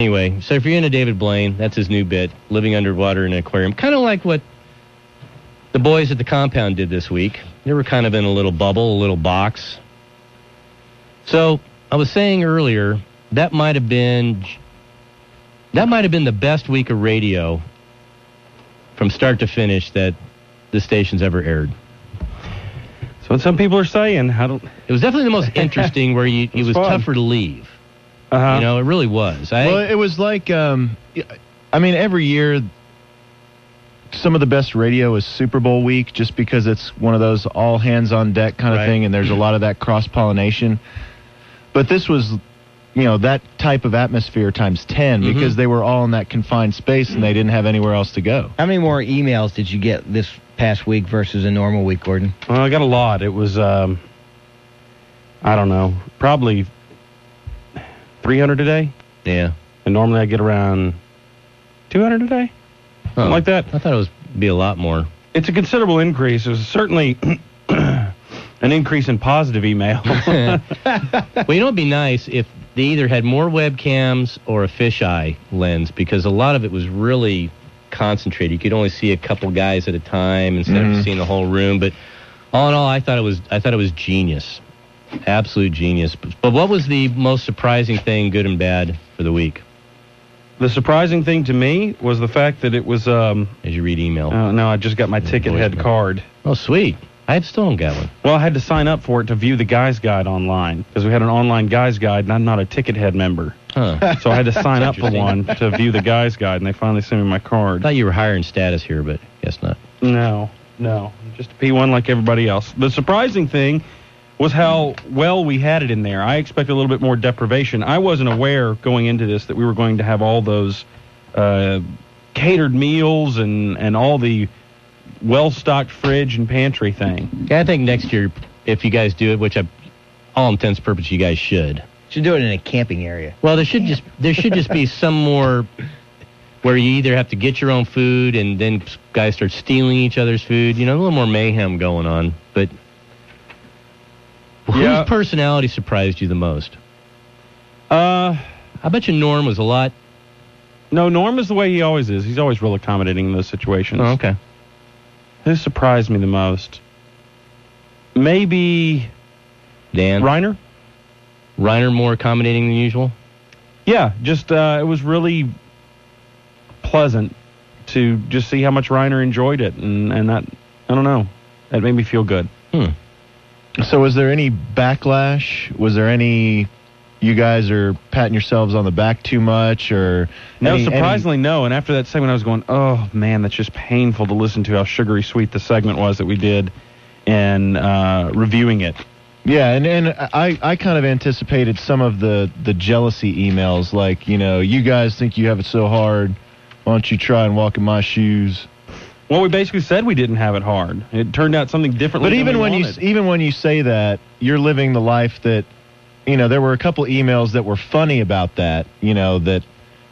Anyway, so if you're into David Blaine, that's his new bit, living underwater in an aquarium. Kind of like what the boys at the compound did this week. They were kind of in a little bubble, a little box. So I was saying earlier, that might have been that might have been the best week of radio from start to finish that the station's ever aired. That's what some people are saying. I don't. It was definitely the most interesting where you, it was, fun. tougher to leave. Uh-huh. You know, it really was. I, well, it was like, um, I mean, every year, some of the best radio is Super Bowl week, just because it's one of those all hands on deck kind of Right. thing, and there's a lot of that cross pollination. But this was, you know, that type of atmosphere times 10 Mm-hmm. because they were all in that confined space and they didn't have anywhere else to go. How many more emails did you get this past week versus a normal week, Gordon? Well, I got a lot. It was, um, I don't know, probably 300 a day. yeah. And normally I get around 200 a day. Oh, like that. I thought it was be a lot more. It's a considerable increase. It was certainly an increase in positive email. Well, you know, it'd be nice if they either had more webcams or a fisheye lens because a lot of it was really concentrated. You could only see a couple guys at a time instead Mm-hmm. of seeing the whole room. But all in all, I thought it was I thought it was genius, absolute genius. But, but what was the most surprising thing, good and bad, for the week the surprising thing to me was the fact that it was, um, as you read email? oh, no, I just got my ticket head voicemail. card. oh, sweet! I still don't got one. Well, I had to sign up for it to view the guy's guide online because we had an online guy's guide, and I'm not a ticket head member. Huh? I So I had to sign up for interesting. one to view the guy's guide, and they finally sent me my card. thought you were higher in status here, but guess not. No, no, just a P1 like everybody else. The surprising thing was how well we had it in there. I expected a little bit more deprivation. I wasn't aware going into this that we were going to have all those uh, catered meals and, and all the well stocked fridge and pantry thing. Yeah, I think next year, if you guys do it, which I, all intents and purposes, you guys should. Should do it in a camping area. Well, there should just there should just be some more where you either have to get your own food and then guys start stealing each other's food. You know, a little more mayhem going on. But Yeah. whose personality surprised you the most? Uh, I bet you Norm was a lot. no, Norm is the way he always is. He's always real accommodating in those situations. okay. Who surprised me the most? Maybe Dan Reiner? Reiner more accommodating than usual. Yeah, just uh, it was really pleasant to just see how much Reiner enjoyed it, and and that I don't know, that made me feel good. Hmm. So, was there any backlash? Was there any, you guys are patting yourselves on the back too much or. No, any- any- surprisingly, no. And after that segment, I was going, oh man, that's just painful to listen to how sugary sweet the segment was that we did, and uh, reviewing it. Yeah, and, and I, I kind of anticipated some of the, the jealousy emails, like, you know, you guys think you have it so hard. Why don't you try and walk in my shoes? Well, we basically said we didn't have it hard. It turned out something different. But even when you wanted. even when you say that, you're living the life that, you know, there were a couple emails that were funny about that, you know, that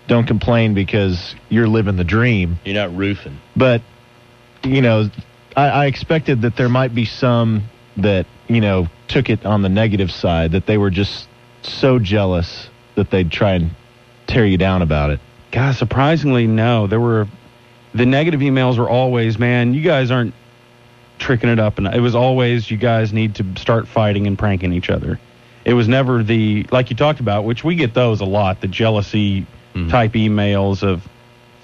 don't complain because you're living the dream. You're not roofing. But, you know, I, I expected that there might be some that, you know, took it on the negative side, that they were just so jealous that they'd try and tear you down about it. God, surprisingly, no. There were the negative emails were always, man, you guys aren't tricking it up, and it was always, you guys need to start fighting and pranking each other. It was never the like you talked about, which we get those a lot, the jealousy type emails of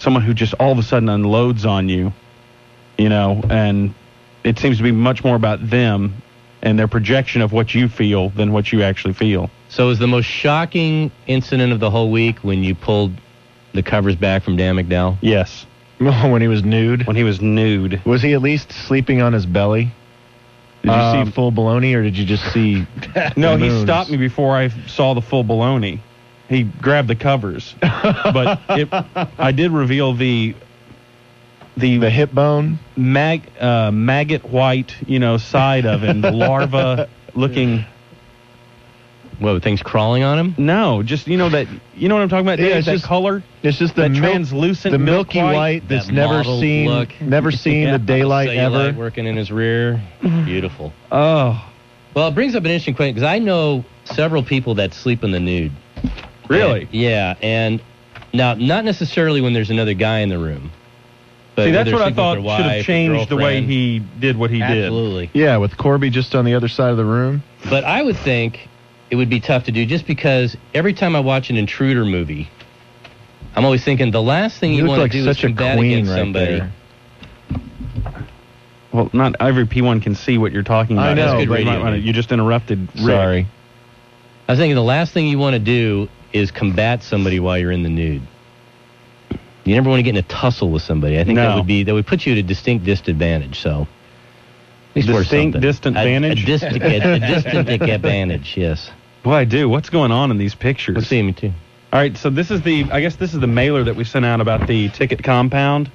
someone who just all of a sudden unloads on you, you know, and it seems to be much more about them and their projection of what you feel than what you actually feel. So it was the most shocking incident of the whole week when you pulled the covers back from Dan McDowell. Yes, when he was nude. when he was nude. Was he at least sleeping on his belly? Did you Um, see full baloney or did you just see No, he Balloons. stopped me before I saw the full baloney. He grabbed the covers, but it, I did reveal the the, the hip bone? mag, uh, maggot white, you know, side of him, the larva looking. What, with things crawling on him? No, just you know that you know what I'm talking about. Yeah, Dave, it's that just color, It's just the that mil- translucent, the milk milky white, that's That never mottled seen, look. never seen the Yeah. daylight Cellulite ever. working in his rear. Beautiful. Oh, Well, it brings up an interesting question because I know several people that sleep in the nude. really? And- yeah, and Now, not necessarily when there's another guy in the room. But See, that's whether what I sleeping with thought their should have wife, changed the way girlfriend. he did what he Absolutely. Yeah, with Corby just on the other side of the room. But I would think it would be tough to do just because every time I watch an intruder movie, I'm always thinking the last thing you, look want like to do such is a combat queen against right somebody. there. did. Well, not every P1 can see what you're talking I about. know, That's good but- radio. Right, right. You just interrupted. Rick. Sorry. I was thinking the last thing you want to do is combat somebody while you're in the nude. You never want to get in a tussle with somebody. I think that No. would be that would put you at a distinct disadvantage. So, at least wear Distinct something. distant A- advantage? A, distant, a distant advantage. Yes. Well, I do. What's going on in these pictures? Let's see me too. All right, so this is the I guess this is the mailer that we sent out about the ticket compound,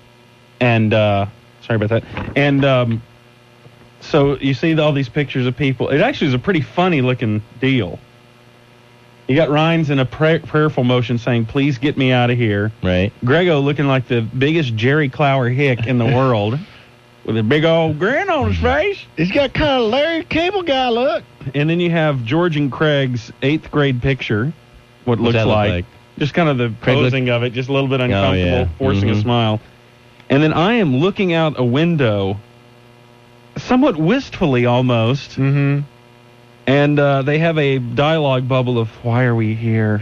and uh, sorry about that. And um, so you see all these pictures of people. It actually is a pretty funny looking deal. You got Ryan's in a pray- prayerful motion saying, "Please get me out of here." Right. Grego looking like the biggest Jerry Clower hick in the world, with a big old grin on his face. He's got kind of Larry Cable guy look. And then you have George and Craig's eighth grade picture, what What's looks that look like. like? Just kind of the Craig look- posing of it, just a little bit uncomfortable, yeah. forcing a Mhm. smile. And then I am looking out a window, somewhat wistfully almost, Mm-hmm. and uh, they have a dialogue bubble of, Why are we here?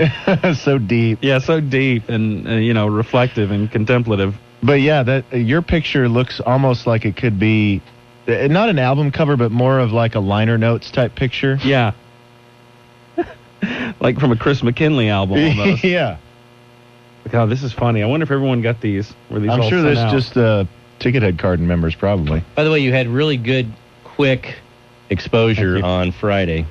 so deep. yeah, so deep and, uh, you know, reflective and contemplative. But yeah, that uh, your picture looks almost like it could be uh, not an album cover, but more of like a liner notes type picture. Yeah. like from a Chris McKinley album almost. yeah. God, this is funny. I wonder if everyone got these. Were these I'm all sure sent there's out? just uh, Tickethead Cardin members probably. By the way, you had really good, quick Thank exposure you. on Friday.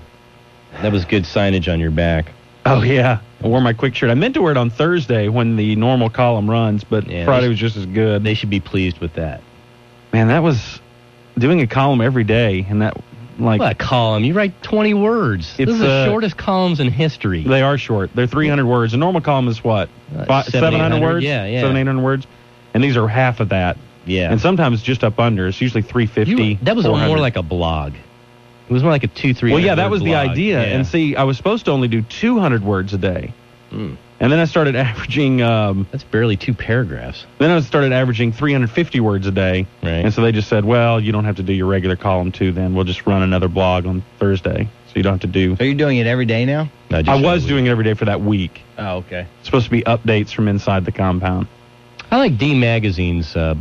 That was good signage on your back. Oh yeah, I wore my quick shirt. I meant to wear it on Thursday when the normal column runs, but Yeah, Friday they- was just as good. They should be pleased with that. Man, that was doing a column every day, and that like What a column! You write 20 words. This It's, is the uh, shortest columns in history. they are short. They're 300 words. A normal column is what Uh, Fi- seven, 700 800? words. Yeah, yeah. seven eight hundred words, and these are half of that, yeah. and sometimes just up under. It's usually 350. You- that was 400. more like a blog. It was more like a two, three. well, yeah, that word was the blog. idea. Yeah. And see, I was supposed to only do 200 words a day, Mm. and then I started averaging. Um, that's barely two paragraphs. Then I started averaging 350 words a day. Right. And so they just said, well, you don't have to do your regular column two then. We'll just run another blog on Thursday. So you don't have to do. So you're doing it every day now? No, just I short was week. doing it every day for that week. Oh, okay. It's supposed to be updates from inside the compound. I like D Magazine's uh,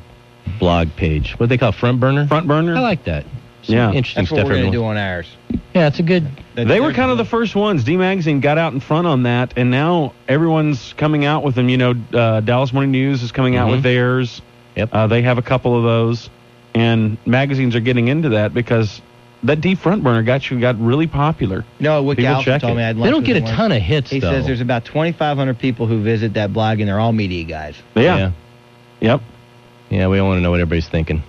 blog page. What do they call it, front burner? Front burner? I like that. Some Yeah. interesting That's what stuff. we're going everyone- to do on ours. Yeah, it's a good. they were kind of the first ones. D Magazine got out in front on that, and now everyone's coming out with them. You know, uh, Dallas Morning News is coming out Mhm. with theirs. Yep. Uh, they have a couple of those, and magazines are getting into that because that D front burner got you got really popular. No, what People Galvin check told it. me I'd they don't get a ton of hits He though. says there's about 2,500 people who visit that blog, and they're all media guys. Yeah. yeah. Yep. Yeah, we don't want to know what everybody's thinking.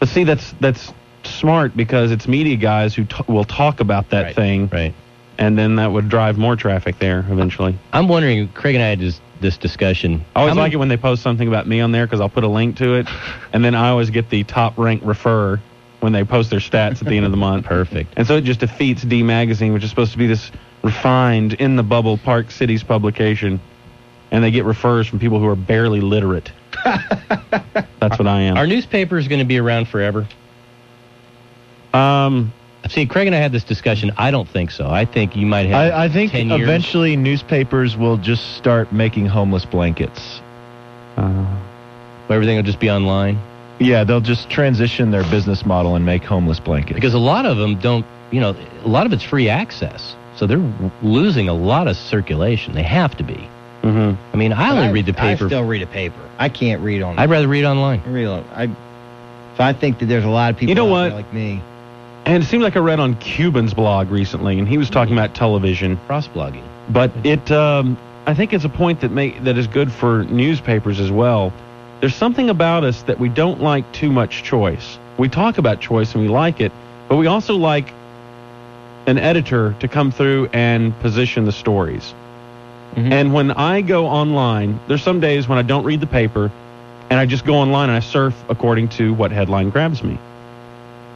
But see, that's that's smart because it's media guys who t- will talk about that Right. thing, Right. and then that would drive more traffic there eventually. I'm wondering. Craig and I had this, this discussion. I always How many- like it when they post something about me on there because I'll put a link to it, and then I always get the top rank refer when they post their stats at the end of the month. Perfect. And so it just defeats D Magazine, which is supposed to be this refined, in the bubble Park Cities publication, and they get refers from people who are barely literate. That's what I Our am. newspaper is going to be around forever. Um, See, Craig and I had this discussion. I don't think so. I think you might have. I, I think 10 years. eventually newspapers will just start making homeless blankets. uh, where everything will just be online Yeah, they'll just transition their business model and make homeless blankets. because a lot of them don't. You know, a lot of it's free access, so they're w- losing a lot of circulation. They have to be. mhm. I mean, I only read the Mm-hmm. I paper. still read a paper. I can't read on. I'd rather read online. I read on. I. So I think that there's a lot of people You know out what? there like me. And it seemed like I read on Cuban's blog recently, and he was talking about television. Cross blogging. But it, um, I think it's a point that may, that is good for newspapers as well. There's something about us that we don't like too much choice. We talk about choice and we like it, but we also like an editor to come through and position the stories. Mhm. And when I go online, there's some days when I don't read the paper and I just go online and I surf according to what headline grabs me.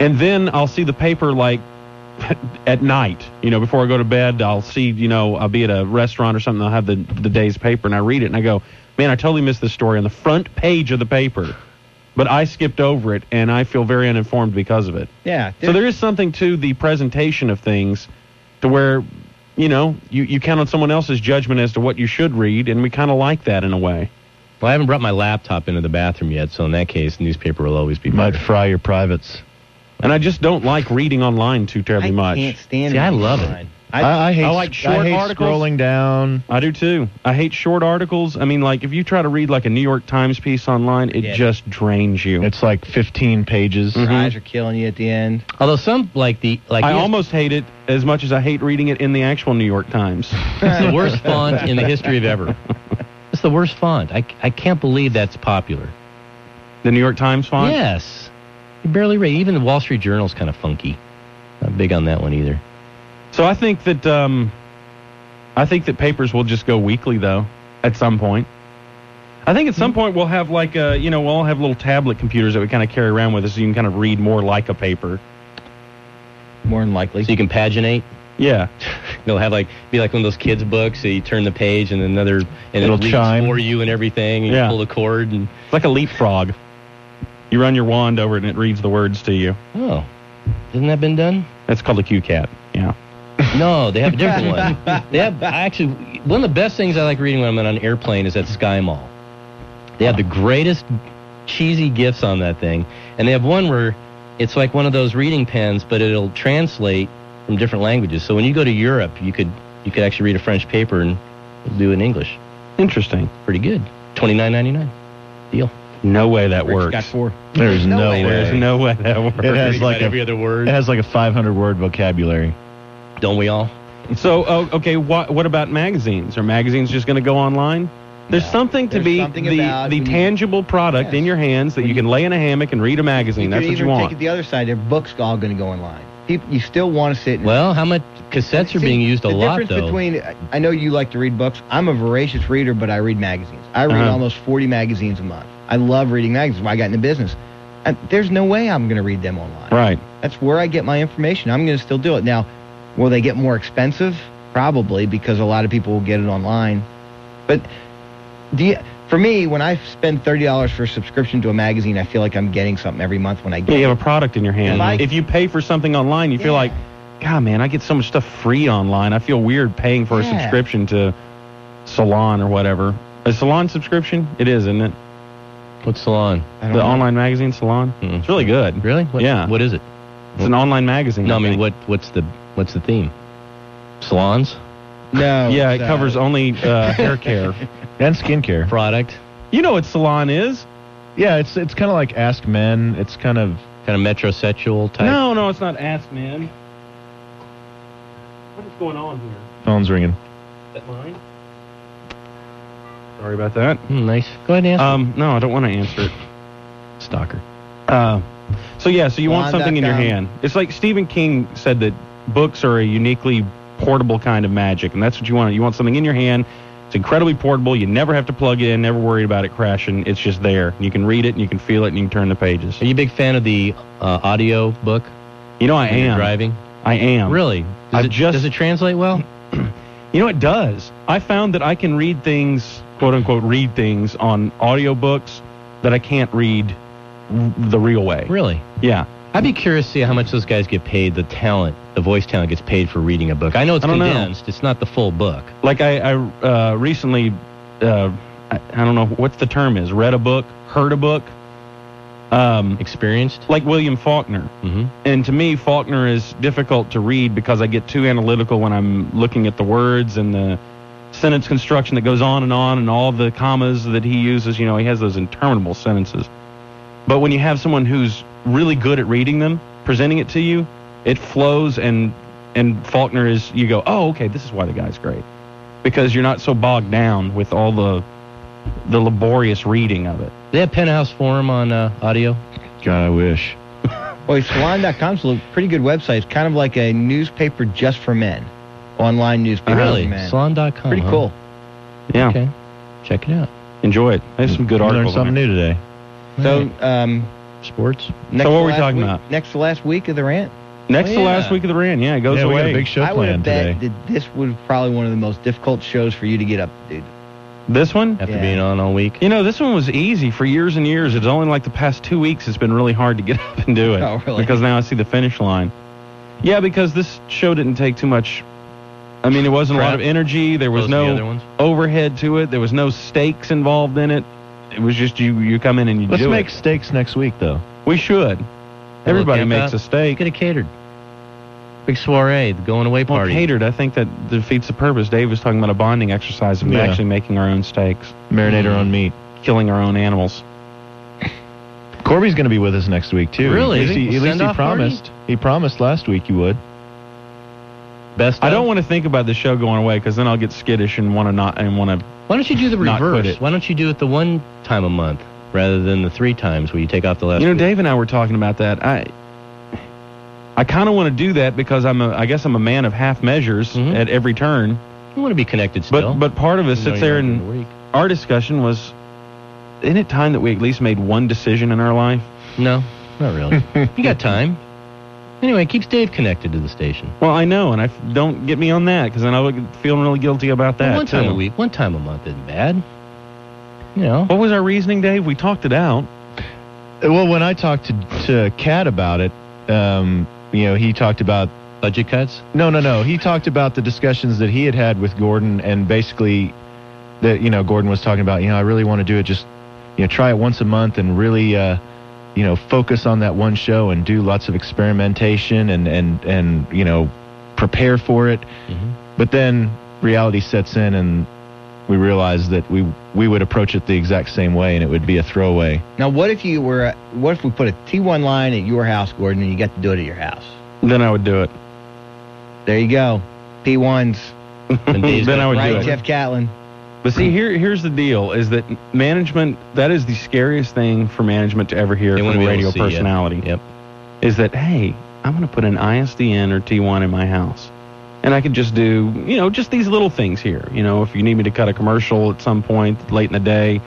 And then I'll see the paper like at night, you know, before I go to bed, I'll see, you know, I'll be at a restaurant or something, I'll have the, the day's paper and I read it and I go, Man, I totally missed this story on the front page of the paper, but I skipped over it and I feel very uninformed because of it. Yeah. So there is something to the presentation of things to where, you know, you, you count on someone else's judgment as to what you should read, and we kind of like that in a way. Well, I haven't brought my laptop into the bathroom yet, so in that case, newspaper will always be You might better. fry your privates. And I just don't like reading online too terribly I much. can't stand See, it. I love it. I, I, hate, I like sc- short hate articles. scrolling down. I do too. I hate short articles. I mean, like if you try to read like a New York Times piece online, it Yeah. just drains you. Mm-hmm. It's like 15 pages. Your eyes are killing you at the end. Although some like the like I ES- almost hate it as much as I hate reading it in the actual New York Times. it's the worst font in the history of ever. It's the worst font. I, I can't believe that's popular. the New York Times font. Yes, you barely read. Even the Wall Street Journal's kind of funky. Not big on that one either. So I think that um, I think that papers will just go weekly though. At some point, I think at some point we'll have like a you know we'll all have little tablet computers that we kind of carry around with us, so you can kind of read more like a paper. More than likely. So you can paginate. Yeah, They'll have like be like one of those kids' books. So you turn the page and another, and It'll it reads chime. for you and everything. And Yeah. You pull the cord and it's like a leapfrog. You run your wand over it and it reads the words to you. oh, hasn't that been done? That's called a QCat. Yeah. No, they have a different one. They have I actually one of the best things I like reading when I'm on an airplane is at Sky Mall. They have the greatest cheesy gifts on that thing, and they have one where it's like one of those reading pens, but it'll translate from different languages. So when you go to Europe, you could you could actually read a French paper and it'll do it in English. Interesting. Pretty good. Twenty nine ninety nine. Deal. No way that works. got four. There's no, no way way. There's no way that works. It has like every a, other word. it has like a 500 word vocabulary. Don't we all? So, oh, okay, what what about magazines? Are magazines just going to go online? There's something to There's be something the, about the when you- tangible product Yes. in your hands that you can lay in a hammock and read a magazine. You That's could what you even Take it want. the other side. Their books all going to go online. People, you still want to sit. And Well, how much cassettes are See, being used a the lot difference though. between I- I know you like to read books. I'm a voracious reader, but I read magazines. I read Uh-huh. almost 40 magazines a month. I love reading magazines. Why I got into business. And there's no way I'm going to read them online. Right. That's where I get my information. I'm going to still do it. Now, will they get more expensive? Probably because a lot of people will get it online. But do you, for me, when I spend thirty dollars for a subscription to a magazine, I feel like I'm getting something every month when I Yeah, get. you it. have a product in your hand. If I- if you pay for something online, you feel Yeah. like, God, man, I get so much stuff free online. I feel weird paying for a Yeah. subscription to Salon or whatever. A Salon subscription? It is, isn't it? What's salon? I The don't know. online magazine Salon. Mm. It's really good. Really? What, Yeah. What is it? It's an online magazine. No, I mean, think. what what's the what's the theme? Salons, Oh, No. Yeah, it it's, uh, covers only uh, hair care. And skincare. product, You know what Salon is? Yeah, it's it's kind of like Ask Men. It's kind of kind of metrosexual type. No, no, it's not Ask Man. What is going on here? phones ringing. Is that mine? Sorry about that. Hmm, nice. Go ahead and ask. Um, no, I don't want to answer it. Stalker. Uh, so yeah, so you want something in your Salon.com. hand. It's like Stephen King said that books are a uniquely portable kind of magic, and that's what you want. You want something in your hand. It's incredibly portable. You never have to plug it in. Never worried about it crashing. It's just there. You can read it, and you can feel it, and you can turn the pages. Are you a big fan of the uh, audio book? You know, I when you're am. driving. I am. Really? Does I've it, just- does it translate well? You know, it does. I found that I can read things, quote unquote, read things on audiobooks that I can't read r- the real way. Really? Yeah. I'd be curious to see how much those guys get paid. The talent, the voice talent, gets paid for reading a book. I know it's I don't know. condensed. It's not the full book. Like I, I uh, recently, uh, I, I don't know what's the term is, read a book, heard a book, um, Experienced. like William Faulkner. Mm-hmm. And to me, Faulkner is difficult to read because I get too analytical when I'm looking at the words and the sentence construction that goes on and on and all the commas that he uses. You know, he has those interminable sentences. But when you have someone who's really good at reading them, presenting it to you, it flows and and Faulkner is you go, "Oh, okay, this is why the guy's great." Because you're not so bogged down with all the the laborious reading of it. They have Penthouse Forum on uh, audio. God, I wish. Boy, salon.com's a pretty good website. It's kind of like a newspaper just for men, online newspaper. really? for men. Salon.com. pretty huh? cool. Yeah, Okay. Check it out. enjoy it. There's some good You articles. Learned something on it. new today. So, um, Sports. next what to were we last talking week- about? Next to last week of the rant. Next to Oh, yeah. last week of the rant, yeah, it goes yeah, we away. got a big show I would planned have bet today. that this was probably one of the most difficult shows for you to get up, dude. This one? after Yeah. being on all week. You know, this one was easy for years and years. It's only like the past two weeks it's been really hard to get up and do it. Oh, really? Because now I see the finish line. Yeah, because this show didn't take too much. I mean, it wasn't a lot Prep. of energy. There was Opposed to the other no ones. overhead to it. There was no stakes involved in it. It was just you. You come in and you Let's do make it. steaks next week, though. We should. Everybody camp makes out. a Get stake. it catered. Big soiree, the going away Well, party. catered. I think that defeats the purpose. Dave was talking about a bonding exercise of Yeah. actually making our own steaks, Marinator on meat. killing our own animals. Corby's going to be with us next week too. Really? At least he, at Send least he off party? promised. He promised last week he would. Best. I of? don't want to think about the show going away because then I'll get skittish and want to not and want to. Why don't you do the Not quit reverse? it. Why don't you do it the one time a month rather than the three times where you take off the last? You know, week? Dave and I were talking about that. I I kind of want to do that because I'm a I guess I'm a man of half measures Mhm. at every turn. you want to be connected But still. but part of us even though sits you're there not and during the week. our discussion was isn't it time that we at least made one decision in our life no, not really. you got time. Anyway, it keeps Dave connected to the station. well i know and i f- don't get me on that because then i would feel really guilty about that Well, one time too. a week, one time a month isn't bad. You know, what was our reasoning dave we talked it out Uh, Well, when I talked to to Cat about it, um, you know, he talked about budget cuts. no, no, no. He talked about the discussions that he had had with Gordon, and basically that you know Gordon was talking about. You know, I really want to do it. Just you know, try it once a month and really, uh, you know, focus on that one show and do lots of experimentation and and and you know, prepare for it. Mm-hmm. But then reality sets in, and we realize that we we would approach it the exact same way, and it would be a throwaway. Now, what if you were? What if we put a T1 line at your house, Gordon, and you got to do it at your house? then i would do it There you go. P1s. And Dave's then got- i would Right, do it Jeff Catlin. but see here here's the deal is that management that is the scariest thing for management to ever hear They from wanna a be able to radio see you. personality Yep. is that hey, I'm going to put an ISDN or T1 in my house, and I could just do you know just these little things here. You know, if you need me to cut a commercial at some point late in the day,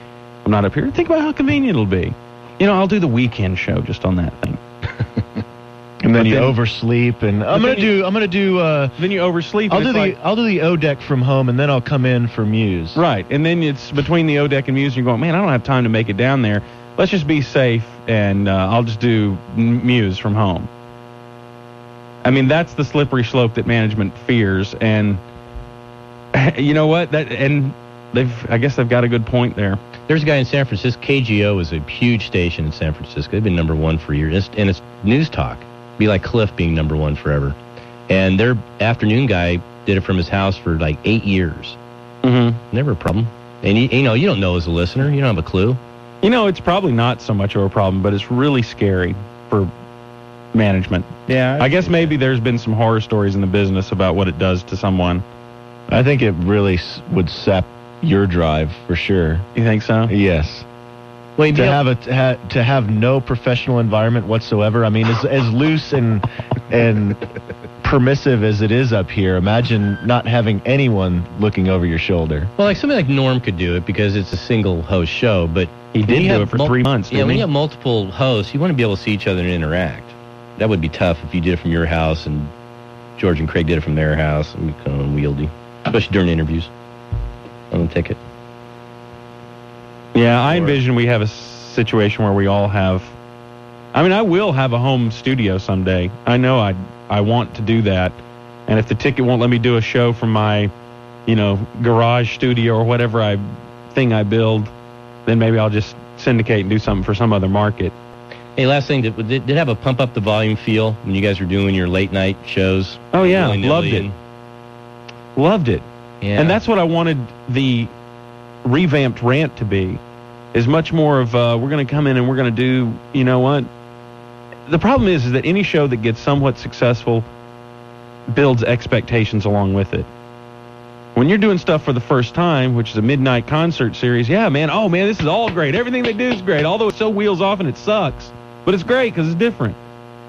I'm not up here. Think about how convenient it'll be. You know, I'll do the weekend show just on that thing. and then But you then- oversleep and i'm then gonna do i'm gonna do uh Then you oversleep. and i'll do it's the like- i'll do the o deck from home and then i'll come in for muse right, and then it's between the O deck and Muse. And you're going, man, I don't have time to make it down there. Let's just be safe, and uh, I'll just do M- Muse from home. I mean, that's the slippery slope that management fears, and you know what? That and they've, I guess, they've got a good point there. There's a guy in San Francisco. KGO is a huge station in San Francisco. They've been number one for years, It's- and it's news talk. Be like Cliff being number one forever. And their afternoon guy did it from his house for like eight years. Mm-hmm. Never a problem. And you, you know, you don't know as a listener. You don't have a clue. You know, it's probably not so much of a problem, but it's really scary for management. Yeah. I guess maybe there's been some horror stories in the business about what it does to someone. i think it really s- would sap your drive for sure You think so? yes Well, you'd to be able- have a to, ha- to have no professional environment whatsoever i mean as, as loose and and permissive as it is up here imagine not having anyone looking over your shoulder well, like something like Norm could do it because it's a single host show. But He when did do you have it for three months, Yeah, didn't when he? you have multiple hosts, you want to be able to see each other and interact. That would be tough if you did it from your house and George and Craig did it from their house. It would be kind of unwieldy, especially during interviews. I don't take it. Yeah, I Or- envision we have a situation where we all have. I mean, I will have a home studio someday. I know I I want to do that, and if the ticket won't let me do a show from my, you know, garage studio or whatever I thing I build, then maybe I'll just syndicate and do something for some other market. Hey, last thing, did, did did it have a pump up the volume feel when you guys were doing your late night shows? Oh yeah, Willy-nilly loved it, and- loved it. Yeah. And that's what I wanted the revamped rant to be, is much more of uh, we're going to come in and we're going to do, you know what? The problem is, is that any show that gets somewhat successful builds expectations along with it. When you're doing stuff for the first time, which is a midnight concert series, yeah, man, oh man, this is all great. Everything they do is great, although it's so wheels off and it sucks, but it's great because it's different.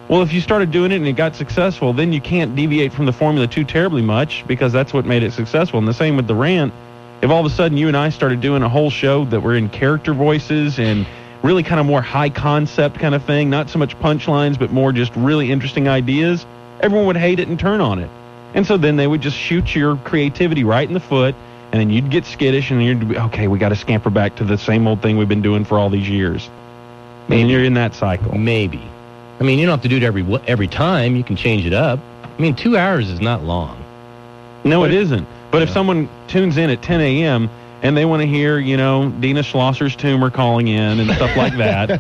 Well, if you started doing it and it got successful, then you can't deviate from the formula too terribly much because that's what made it successful. And the same with the rant. If all of a sudden you and I started doing a whole show that were in character voices and really kind of more high concept kind of thing, not so much punchlines, but more just really interesting ideas, everyone would hate it and turn on it. And so then they would just shoot your creativity right in the foot and then you'd get skittish, and you'd be okay. We got to scamper back to the same old thing we've been doing for all these years. And you're in that cycle. Maybe. I mean, you don't have to do it every wa- every time. You can change it up. I mean, two hours is not long. No, it isn't. But if Yeah. someone tunes in at 10 a.m. and they want to hear, you know, Dina Schlosser's tumor calling in and stuff like that,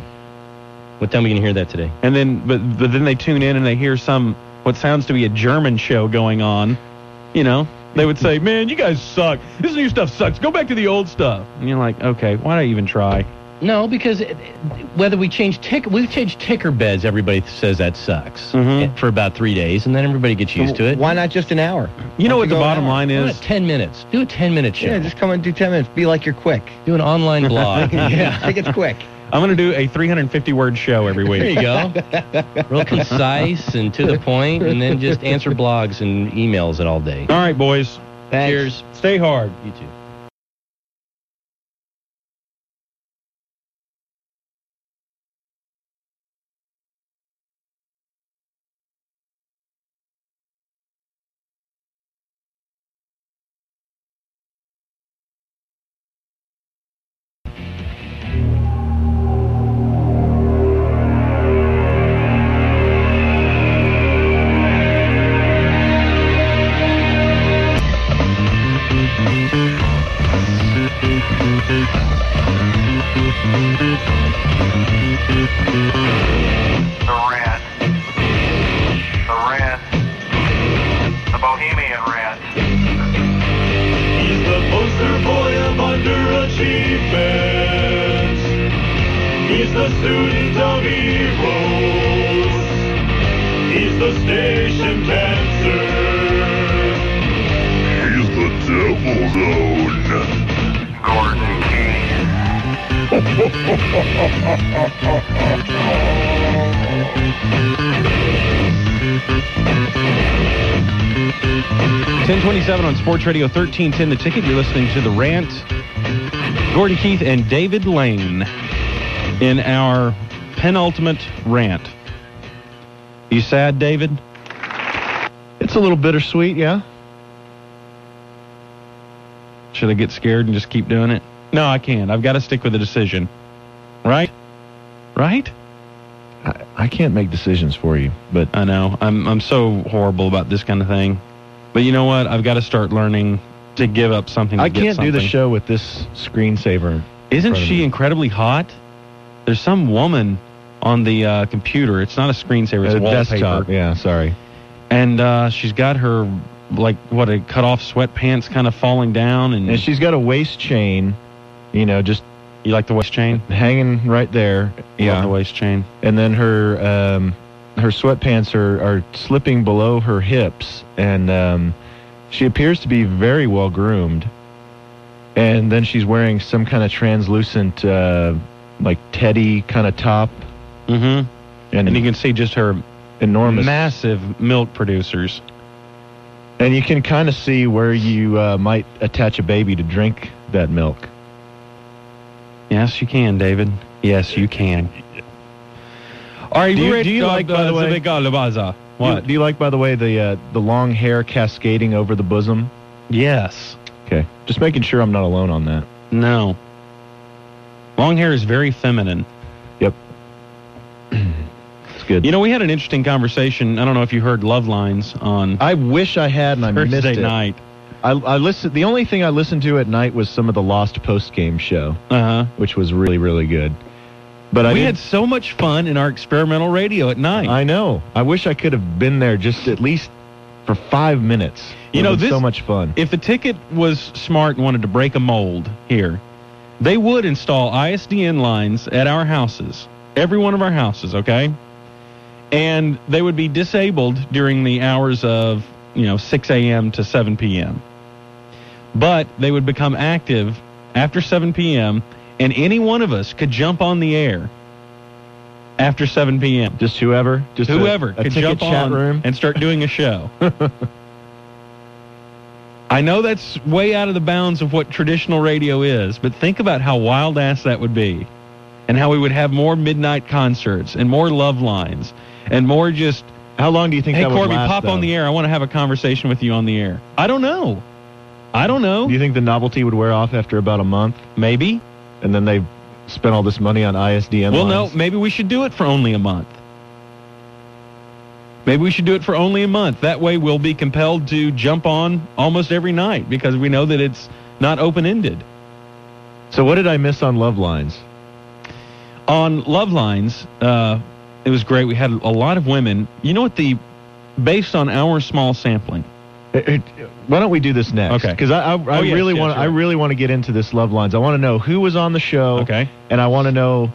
What time are we going to hear that today? and then but, but then they tune in and they hear some what sounds to be a German show going on, you know, they would say, "Man, you guys suck. This new stuff sucks. Go back to the old stuff." And you're like, "Okay, why do I even try?" No, because it- whether we change tick, we've changed ticker beds. Everybody says that sucks eh, Mhm. for about three days, and then everybody gets used to it. Why not just an hour? You know Why what the don't you go an bottom hour? line Why is? not ten minutes? Do a ten minute show. Yeah, just come and do 10 minutes. Be like you're quick. do an online blog. Yeah. I think it's quick. I'm going to do a 350 word show every There week. you go. Real concise and to the point, and then just answer blogs and emails it all day. All right, boys. Thanks. Cheers. Stay hard. You too. the rat, the rat, the bohemian rat. He's the poster boy of underachievement. He's the student of evils. He's the station cancer. He's the devil's own. Gordon King. Ten twenty-seven on Sports Radio thirteen ten. The ticket. You're listening to the rant. Gordon Keith and David Lane in our penultimate rant. You sad, David? It's a little bittersweet, yeah. Should I get scared and just keep doing it? No, I can't. I've got to stick with the decision. Right? Right? I, I can't make decisions for you, but I know. I'm I'm so horrible about this kind of thing. But you know what? I've got to start learning to give up something. To I get can't do the something. show with this screensaver. Isn't front of she me. incredibly hot? There's some woman on the uh, computer. It's not a screensaver. It's Uh, wallpaper. desktop. Yeah, sorry. And uh, she's got her like what a cut off sweatpants kind of falling down, and, And she's got a waist chain, you know, just you like the waist chain? hanging right there. You love the waist chain. and then her um, her sweatpants are, are slipping below her hips, and um, she appears to be very well groomed. And then she's wearing some kind of translucent, uh, like teddy kind of top, Mm-hmm. and, And you can see just her enormous, massive milk producers. and you can kind of see where you uh, might attach a baby to drink that milk. Yes, you can, David. Yes, you can. All right, Do you- we're ready do you to like, go, by the uh, way- so they go to Baza. Do, What? do you like, by the way, the uh, the long hair cascading over the bosom? yes. Okay, just making sure I'm not alone on that. No. Long hair is very feminine. Yep, it's good. You know, we had an interesting conversation. I don't know if you heard Love Lines on I wish I had, and I missed Thursday it. night. I, I listened. The only thing I listened to at night was some of the Lost post game show, Uh huh. which was really really good. But I we had didn't- so much fun in our experimental radio at night. I know. I wish I could have been there just at least for five minutes. You It know, was this- so much fun. if the ticket was smart and wanted to break a mold here, they would install ISDN lines at our houses, every one of our houses, okay? And they would be disabled during the hours of, you know, 6 a.m. to 7 p.m. But they would become active after 7 p.m., and any one of us could jump on the air after 7 p.m. Just whoever, just a- Whoever a, could ticket jump chat on room. and start doing a show. I know that's way out of the bounds of what traditional radio is, but think about how wild ass that would be. And how we would have more midnight concerts and more love lines and more just, How long do you think hey, that would Corby, last? pop on the air. I want to have a conversation with you on the air. I don't know. I don't know. Do you think the novelty would wear off after about a month? Maybe. And then they spent all this money on ISDN Well, no, lines? maybe we should do it for only a month. Maybe we should do it for only a month. That way we'll be compelled to jump on almost every night because we know that it's not open ended. So what did I miss on Love Lines? On Love Lines, uh, it was great. We had a lot of women. You know what the based on our small sampling. It- it- why don't we do this next? Okay. Because I, I, I Oh, yes, really yes, want you're I right. really want to get into this Love Lines. I want to know who was on the show. Okay. And I want to know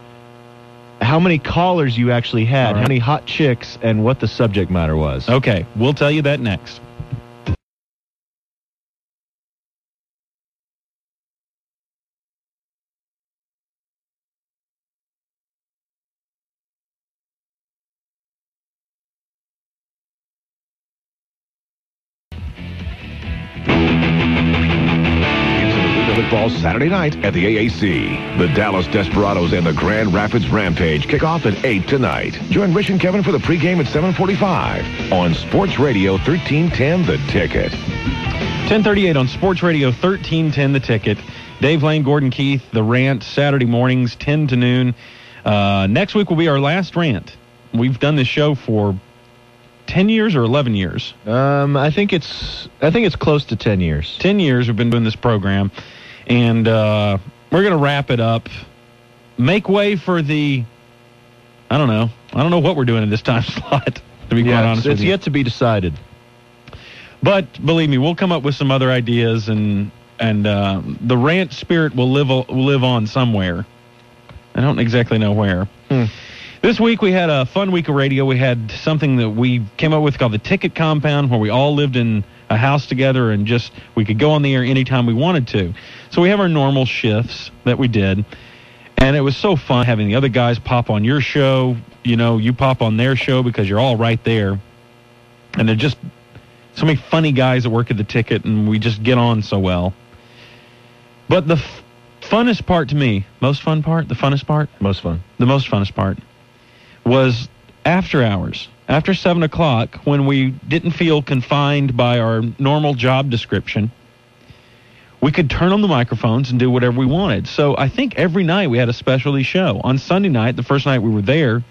how many callers you actually had, All how right. many hot chicks, and what the subject matter was. Okay, we'll tell you that next. It's in the Week of Football Saturday night at the AAC. The Dallas Desperados and the Grand Rapids Rampage kick off at 8 tonight. Join Rich and Kevin for the pregame at 745 on Sports Radio 1310 The Ticket. 1038 on Sports Radio 1310 The Ticket. Dave Lane, Gordon Keith, The Rant, Saturday mornings, 10 to noon. Uh, next week will be our last rant. We've done this show for 10 years or 11 years. Um, I think it's I think it's close to ten years. 10 years we've been doing this program. And uh, we're going to wrap it up. Make way for the, I don't know. I don't know what we're doing in this time slot, to be quite honest it's, it's with you. yet to be decided. But believe me, we'll come up with some other ideas, and and uh, the rant spirit will live o- will live on somewhere. I don't exactly know where. Hmm. This week we had a fun week of radio. We had something that we came up with called the Ticket Compound, where we all lived in a house together and just we could go on the air anytime we wanted to. So we have our normal shifts that we did, and it was so fun having the other guys pop on your show. You know, you pop on their show because you're all right there, and they're just so many funny guys that work at the ticket, and we just get on so well. But the f- funnest part to me, most fun part, the funnest part, Most fun. the most funnest part was after hours, after seven o'clock, when we didn't feel confined by our normal job description. We could turn on the microphones and do whatever we wanted. So I think every night we had a specialty show. On Sunday night, the first night we were there,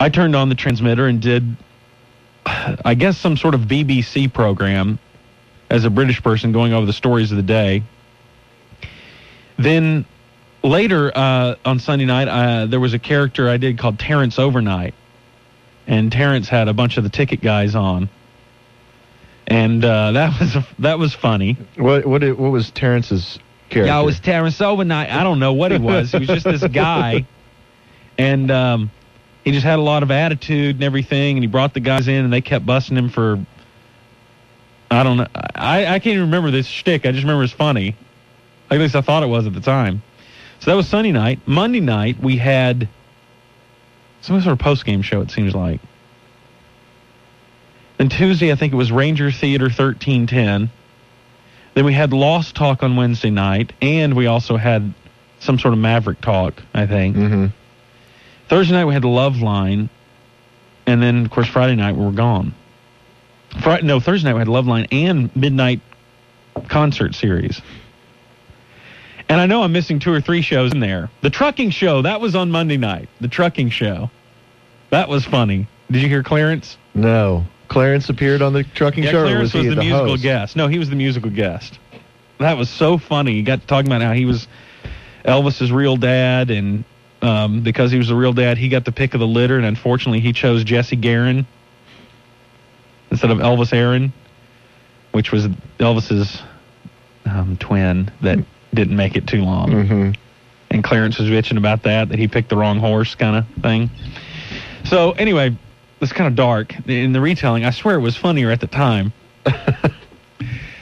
I turned on the transmitter and did, I guess, some sort of BBC program as a British person going over the stories of the day. Then later uh, on Sunday night, uh, there was a character I did called Terrence Overnight, and Terrence had a bunch of the ticket guys on, and uh, that was that was funny. What what it- what was Terrence's character? Yeah, it was Terrence Overnight. I don't know what he was. He was just this guy, and um, he just had a lot of attitude and everything. And he brought the guys in, and they kept busting him for. I don't know. I, I can't even remember this shtick. I just remember it's funny. At least I thought it was at the time. So that was Sunday night. Monday night we had some sort of post game show. It seems like. Then Tuesday, I think it was Ranger Theater thirteen ten. Then we had Lost Talk on Wednesday night, and we also had some sort of Maverick Talk, I think. Mhm. Thursday night we had Love Line, and then of course Friday night we were gone. Friday, no, Thursday night we had Love Line and Midnight Concert Series. And I know I'm missing two or three shows in there. The trucking show that was on Monday night. The trucking show, that was funny. Did you hear Clarence? No. Clarence appeared on the trucking Yeah, show. or Clarence was, was, he the, the musical host? guest. No, he was the musical guest. That was so funny. He got to talking about how he was Elvis's real dad, and um, because he was the real dad, he got the pick of the litter, and unfortunately, he chose Jesse Guerin instead of Elvis Aaron, which was Elvis's um, twin that didn't make it too long. Mhm. And Clarence was bitching about that, that he picked the wrong horse, kind of thing. So anyway, it's kind of dark in the retelling. I swear it was funnier at the time.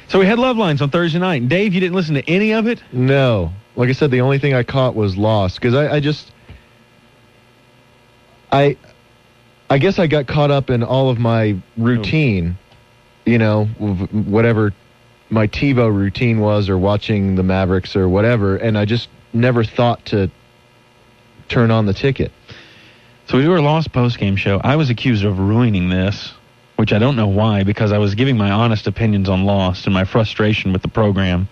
so we had love lines on Thursday night. And Dave, you didn't listen to any of it. No. Like I said, the only thing I caught was Lost because I, I just, I, I guess I got caught up in all of my routine, you know, w- whatever my TiVo routine was, or watching the Mavericks or whatever, and I just never thought to turn on the ticket. So we do our lost post game show. I was accused of ruining this which I don't know why, because I was giving my honest opinions on Lost and my frustration with the program.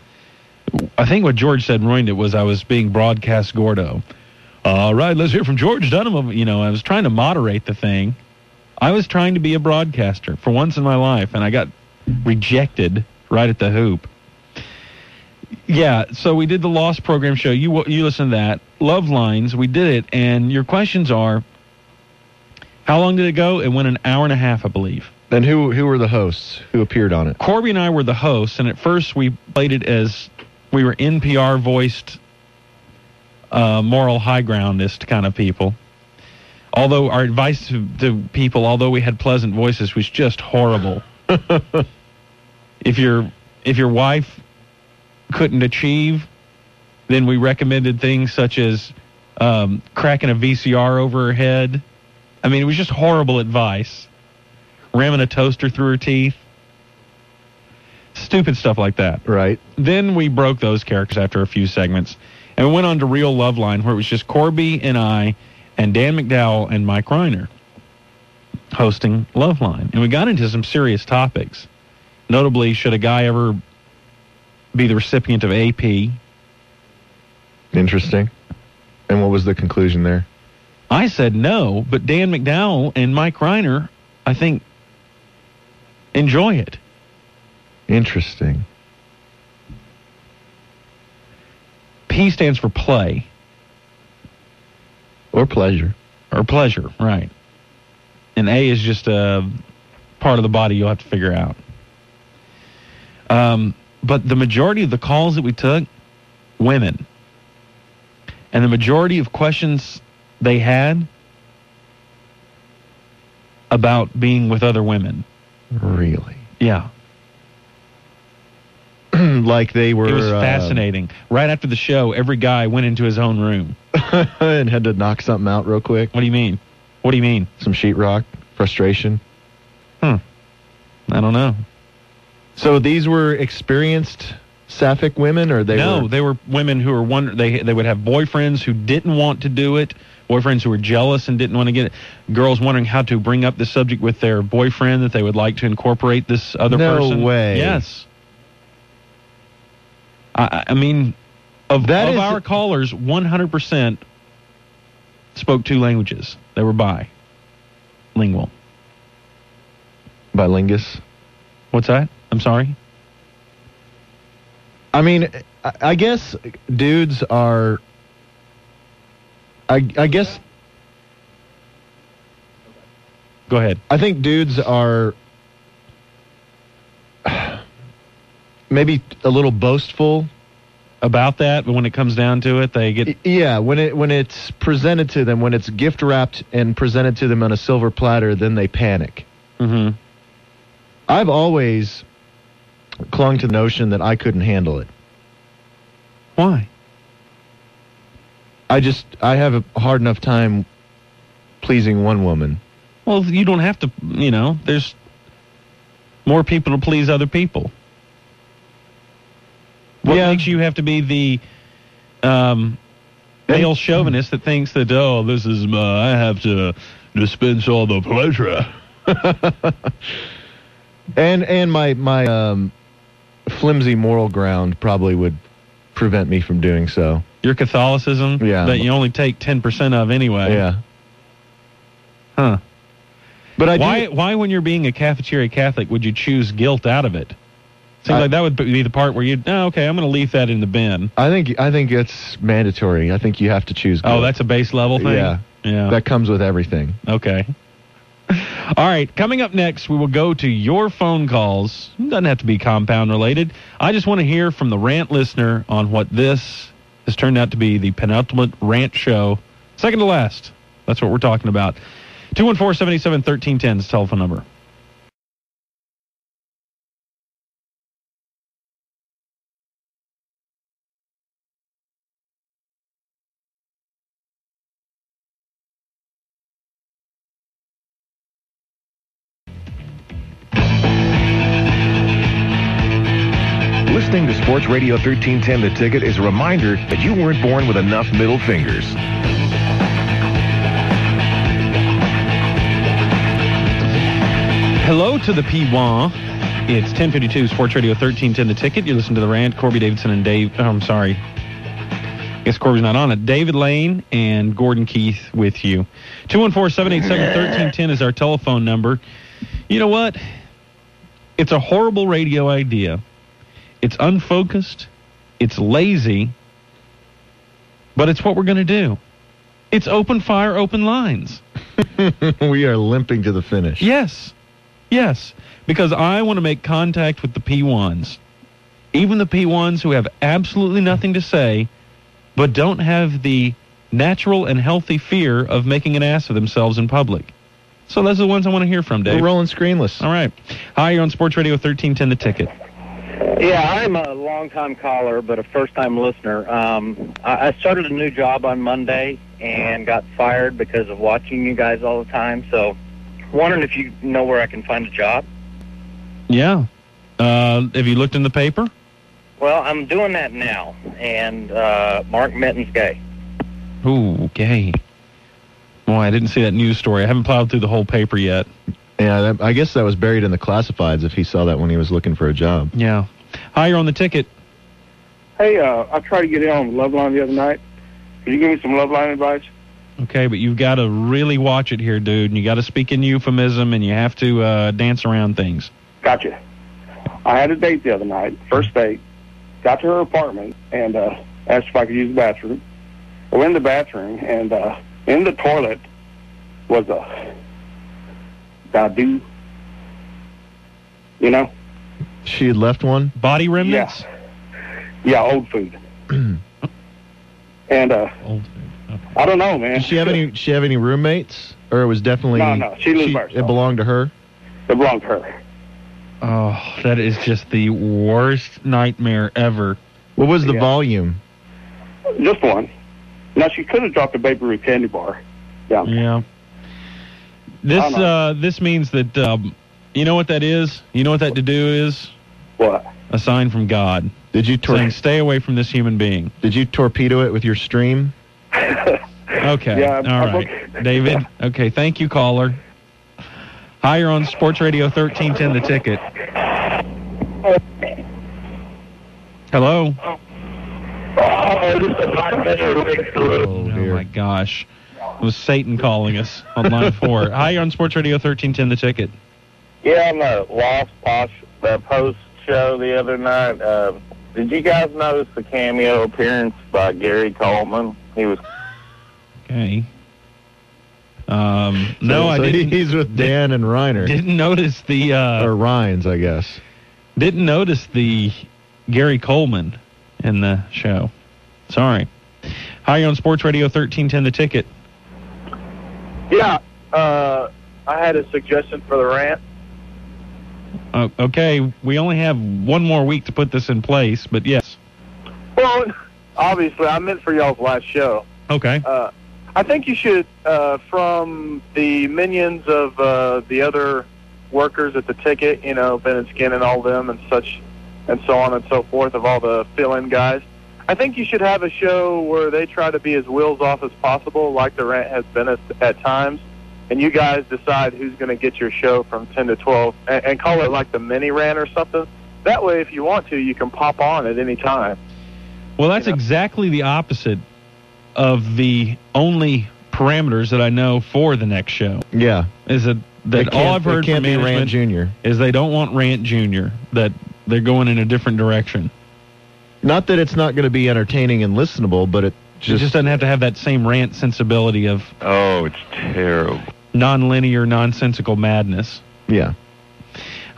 I think what George said ruined it was I was being broadcast Gordo. All right, let's hear from George Dunham. You know, I was trying to moderate the thing. I was trying to be a broadcaster for once in my life, and I got rejected right at the hoop. Yeah, so we did the Lost program show. You you listen to that Love Lines. We did it, and your questions are: How long did it go? It went an hour and a half, I believe. And who who were the hosts who appeared on it? Corby and I were the hosts, and at first we played it as we were NPR voiced, uh, moral high groundist kind of people. Although our advice to, to people, although we had pleasant voices, was just horrible. if your if your wife couldn't achieve, then we recommended things such as um, cracking a VCR over her head. I mean, it was just horrible advice. Ramming a toaster through her teeth. Stupid stuff like that Right. then we broke those characters after a few segments and we went on to Real Love Line, where it was just Corby and I and Dan McDowell and Mike Reiner hosting Love Line. And we got into some serious topics. Notably, should a guy ever be the recipient of AP? Interesting. And what was the conclusion there? I said no, but Dan McDowell and Mike Reiner, I think, enjoy it. Interesting. P stands for play. Or pleasure. or pleasure, right? And A is just a part of the body you'll have to figure out. Um, but the majority of the calls that we took, women, and the majority of questions they had about being with other women. Really. Yeah, like they were it was uh, fascinating. Right after the show, every guy went into his own room. and had to knock something out real quick. What do you mean? What do you mean? Some sheetrock, frustration. I don't know. So these were experienced sapphic women or they no, were they were women who were one. They they would have boyfriends who didn't want to do it, boyfriends who were jealous and didn't want to get it. Girls wondering how to bring up the subject with their boyfriend that they would like to incorporate this other No person. way. Yes. I I- I mean, of That of is- our callers, one hundred percent spoke two languages. They were bilingual. bilingus. What's that? I'm sorry. I mean, I, I guess dudes are. I, I guess Go ahead. I think dudes are maybe a little boastful. About that, but when it comes down to it, they get Y- Yeah, when it when it's presented to them, when it's gift wrapped and presented to them on a silver platter, then they panic. hmm I've always clung to the notion that I couldn't handle it. why? I just I have a hard enough time pleasing one woman. Well, you don't have to, you know, there's more people to please other people. What Yeah. makes you have to be the um, male chauvinist that thinks that, oh, this is, uh, I have to dispense all the pleasure? And and my my um, flimsy moral ground probably would prevent me from doing so. Your Catholicism Yeah. that you only take 10% of anyway. Yeah. Huh. But I Why, do, why, when you're being a cafeteria Catholic, would you choose guilt out of it? Seems I- like that would be the part where you, oh, okay, I'm going to leave that in the bin. I think I think it's mandatory. I think you have to choose. Oh, guilt. that's a base level thing? Yeah. Yeah. that comes with everything. Okay. All right. Coming up next, we will go to your phone calls. It doesn't have to be compound related. I just want to hear from the rant listener on what this has turned out to be the penultimate rant show. Second to last. That's what we're talking about. 214 787 1310 is the telephone number. Listening to Sports Radio 1310 The Ticket is a reminder that you weren't born with enough middle fingers. Hello to the P1. It's 1052 Sports Radio 1310 The Ticket. You listen to The Rant, Corby Davidson and Dave. Oh, I'm sorry. guess Corby's not on it. David Lane and Gordon Keith with you. 214 787 1310 is our telephone number. You know what? It's a horrible radio idea. It's unfocused. It's lazy. But it's what we're going to do. It's open fire, open lines. we are limping to the finish. Yes. Yes. Because I want to make contact with the P1s. Even the P1s who have absolutely nothing to say, but don't have the natural and healthy fear of making an ass of themselves in public. So those are the ones I want to hear from, Dave. We're rolling screenless. All right. Hi, you're on Sports Radio 1310 The Ticket. Yeah, I'm a longtime caller, but a first-time listener. Um, I, I started a new job on Monday and got fired because of watching you guys all the time. So, wondering if you know where I can find a job. Yeah. Uh, have you looked in the paper? Well, I'm doing that now, and uh, Mark Metton's gay. Ooh, okay. Boy, I didn't see that news story. I haven't plowed through the whole paper yet. Yeah, that, I guess that was buried in the classifieds if he saw that when he was looking for a job. Yeah. Hi, you're on the ticket. Hey, uh, I tried to get in on Love Line the other night. Could you give me some Love Line advice? Okay, but you've got to really watch it here, dude. And you got to speak in euphemism, and you have to uh, dance around things. Gotcha. I had a date the other night, first date. Got to her apartment and uh, asked if I could use the bathroom. I went in the bathroom, and uh, in the toilet was a Dadu. You know? She had left one. Body remnants. Yeah, old food. and uh, Old. I don't know, man. Did she have any? Did she have any roommates, or it was definitely? No, no, she lived by It herself. belonged to her. It belonged to her. Oh, that is just the worst nightmare ever. What was the Yeah. volume? Just one. Now, she could have dropped a Baby Ruth candy bar. Yeah. Yeah. This I know. uh, this means that um, you know what that is. You know what that to do is What? a sign from God Did you tor- saying, "Stay away from this human being." Did you torpedo it with your stream? Okay. Yeah, All I'm- right, I'm okay. David. Okay. Thank you, caller. Hi, you're on Sports Radio 1310 The Ticket. Hello. Oh, Oh, dear. my gosh. It was Satan calling us on line four. Hi, you're on Sports Radio 1310 The Ticket. Yeah, I'm a Lost Posh, the post show the other night. Uh, did you guys notice the cameo appearance by Gary Coleman? He was Okay. Um, no, So I he- didn't. He's with Dan and Reiner Didn't notice the uh, or Rhines, I guess. didn't notice the Gary Coleman in the show. Sorry. Hi, you're on Sports Radio 1310 The Ticket. Yeah, uh, I had a suggestion for the rant. Uh, okay, we only have one more week to put this in place, but yes. Well, obviously, I meant for y'all's last show. Okay. Uh, I think you should, uh, from the minions of uh, the other workers at the ticket, you know, Ben and Skin and all them and such, and so on and so forth, of all the fill-in guys. I think you should have a show where they try to be as wheels off as possible, like the rant has been at, at times, and you guys decide who's going to get your show from 10 to 12, and, and call it like the mini rant or something. That way, if you want to, you can pop on at any time. Well, that's exactly the opposite of the only parameters that I know for the next show. Yeah. Is that, It that can't- all I've heard it can't from be Rand management Jr. is they don't want Rant Jr. That they're going in a different direction. Not that it's not going to be entertaining and listenable, but it Just, just, it just doesn't have to have that same rant sensibility of Oh, it's terrible. nonlinear, nonsensical madness. yeah.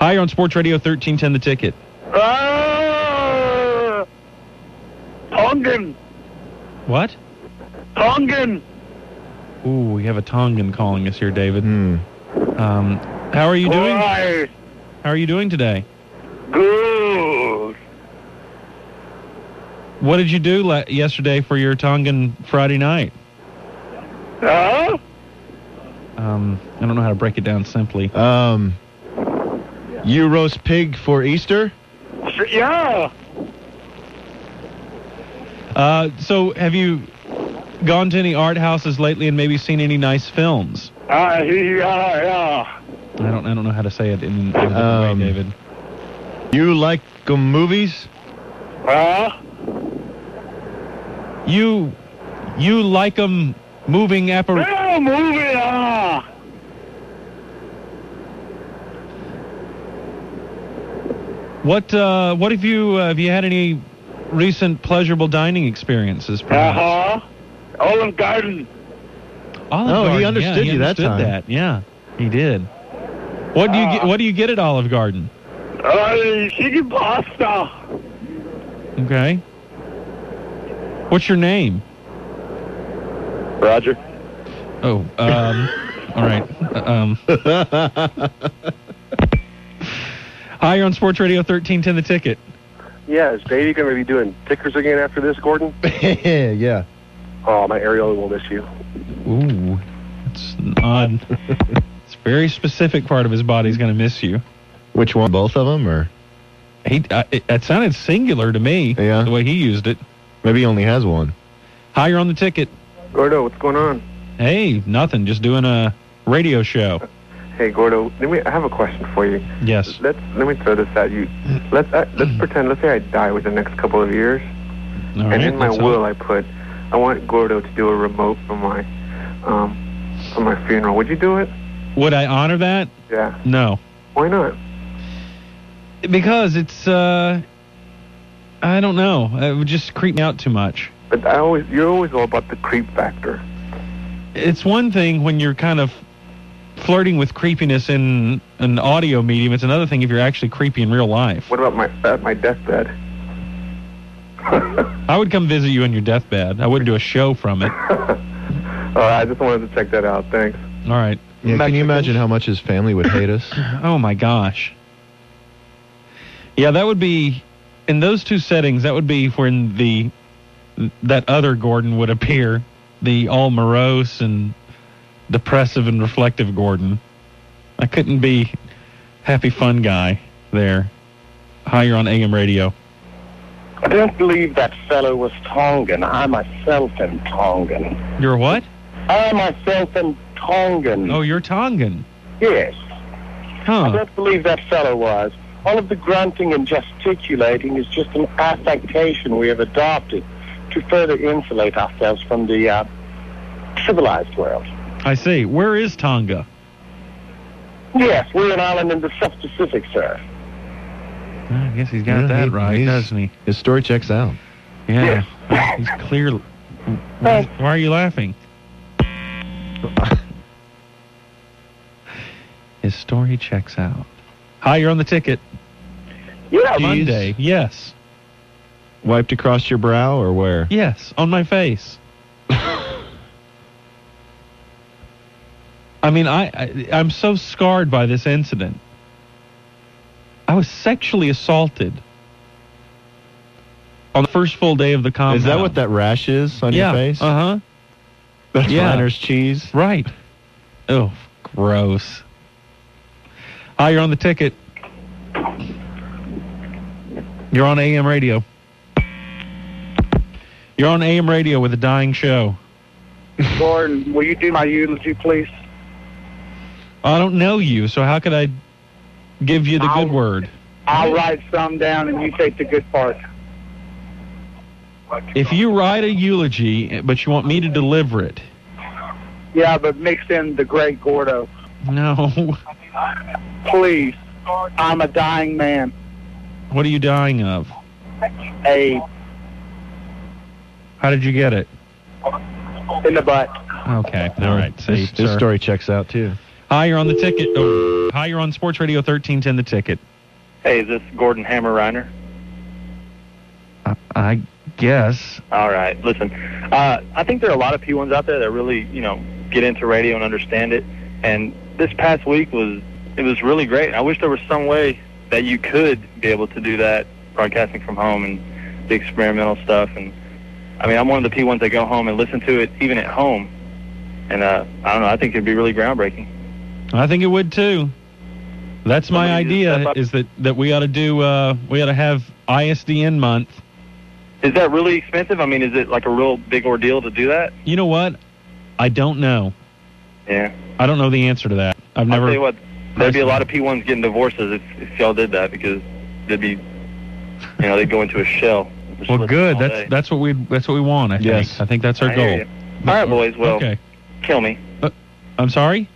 Hi, you're on Sports Radio 1310 The Ticket. Ah! Tongan! What? Tongan! Ooh, we have a Tongan calling us here, David. Hmm. Um, how are you doing? Why? How are you doing today? Good. What did you do la- yesterday for your Tongan Friday night? Huh? Um, I don't know how to break it down simply. Um. You roast pig for Easter? Sh- Yeah. Uh, so, have you gone to any art houses lately and maybe seen any nice films? Uh, yeah, yeah. I don't don't. I don't know how to say it in, in a different Um, way, David. You like uh, um, movies? Uh, You, you like 'em moving appar- oh, movie, ah. What uh, what have you uh, have you had any recent pleasurable dining experiences? perhaps? Uh-huh. Olive Garden. Olive Oh, he Garden, understood yeah, he you that understood time. that, Yeah, he did. What do you get, what do you get at Olive Garden? Uh, chicken pasta. Okay. What's your name? Roger. Oh, um, all right. Um, hi, you're on Sports Radio 1310 The Ticket. Yeah, is Davey going to be doing tickers again after this, Gordon? yeah. Oh, my Ariel will miss you. Ooh, it's an odd. it's a very specific part of his body's going to miss you. Which one? Both of them, or He, uh, it, it sounded singular to me. Yeah. The way he used it. maybe he only has one. Hi, you're on the ticket. Gordo, what's going on? Hey, nothing. Just doing a radio show. Hey, Gordo, let me, I have a question for you. Yes. Let's let me throw this at you. Let's uh, let's pretend. Let's say I die within the next couple of years, All and in my that's all. will I put, I want Gordo to do a remote for my, um, for my funeral. Would you do it? Would I honor that? Yeah. No. Why not? Because it's, uh, I don't know. It would just creep me out too much. But I always you're always all about the creep factor. It's one thing when you're kind of flirting with creepiness in an audio medium. It's another thing if you're actually creepy in real life. What about my at my deathbed? I would come visit you on your deathbed. I wouldn't do a show from it. All Uh, I just wanted to check that out. Thanks. right. Yeah, can you imagine how much his family would hate us? Oh my gosh. Yeah, that would be in those two settings. That would be when the that other Gordon would appear, the all morose and depressive and reflective Gordon. I couldn't be happy fun guy there. Hi, you're on AM radio. I don't believe that fellow was Tongan. I myself am Tongan. You're what? I myself am Tongan. Oh, you're Tongan. Yes. I Huh. don't believe that fellow was. All of the grunting and gesticulating is just an affectation we have adopted to further insulate ourselves from the uh, civilized world. I see. Where is Tonga? Yes, we're an island in the South Pacific, sir. I guess he's got Yeah, that he- right, he's- doesn't he? His story checks out. Yeah. He's clear. Why, why are you laughing? His story checks out. Hi, you're on the ticket. Yeah, Monday. Yes. Wiped across your brow, or where? Yes. On my face. I mean, I, I I'm so scarred by this incident. I was sexually assaulted on the first full day of the compound. Is that what that rash is on yeah, your face? Uh huh. That's yeah. Reiner's cheese. Right. Oh, gross. Hi, you're on the ticket. You're on AM radio. You're on AM radio with a dying show. Gordon, will you do my eulogy, please? I don't know you, so how could I give you the good word? I'll Mm-hmm. write some down and you take the good part. If you write a eulogy, but you want me to deliver it, Yeah, but mix in the great Gordo. no. Please. I'm a dying man. What are you dying of? A How did you get it? in the butt. Okay. All right. See, His, his sir. story checks out too. Hi, you're on the ticket. Oh, hi, you're on Sports Radio 1310. The ticket. Hey, is this Gordon Hammer Reiner? I, I guess. All right, listen. Uh, I think there are a lot of P1s out there that really, you know, get into radio and understand it. And this past week was it was really great. I wish there was some way that you could be able to do that, broadcasting from home and the experimental stuff. And I mean, I'm one of the P1s that go home and listen to it even at home. And uh, I don't know. I think it'd be really groundbreaking. I think it would too. That's my Somebody just idea. step up. Is that that we ought to do? Uh, we ought to have ISDN month. Is that really expensive? I mean, is it like a real big ordeal to do that? You know what? I don't know. Yeah. I don't know the answer to that. I've I'll tell you never. what, There'd be a lot of P1s getting divorces if, if y'all did that because they'd be, you know, they'd go into a shell. Just Well, listen good. all That's day. that's what we that's what we want. I think. Yes. I think that's our I goal. hear you. All right, boys. Well, okay. kill me. I'm sorry.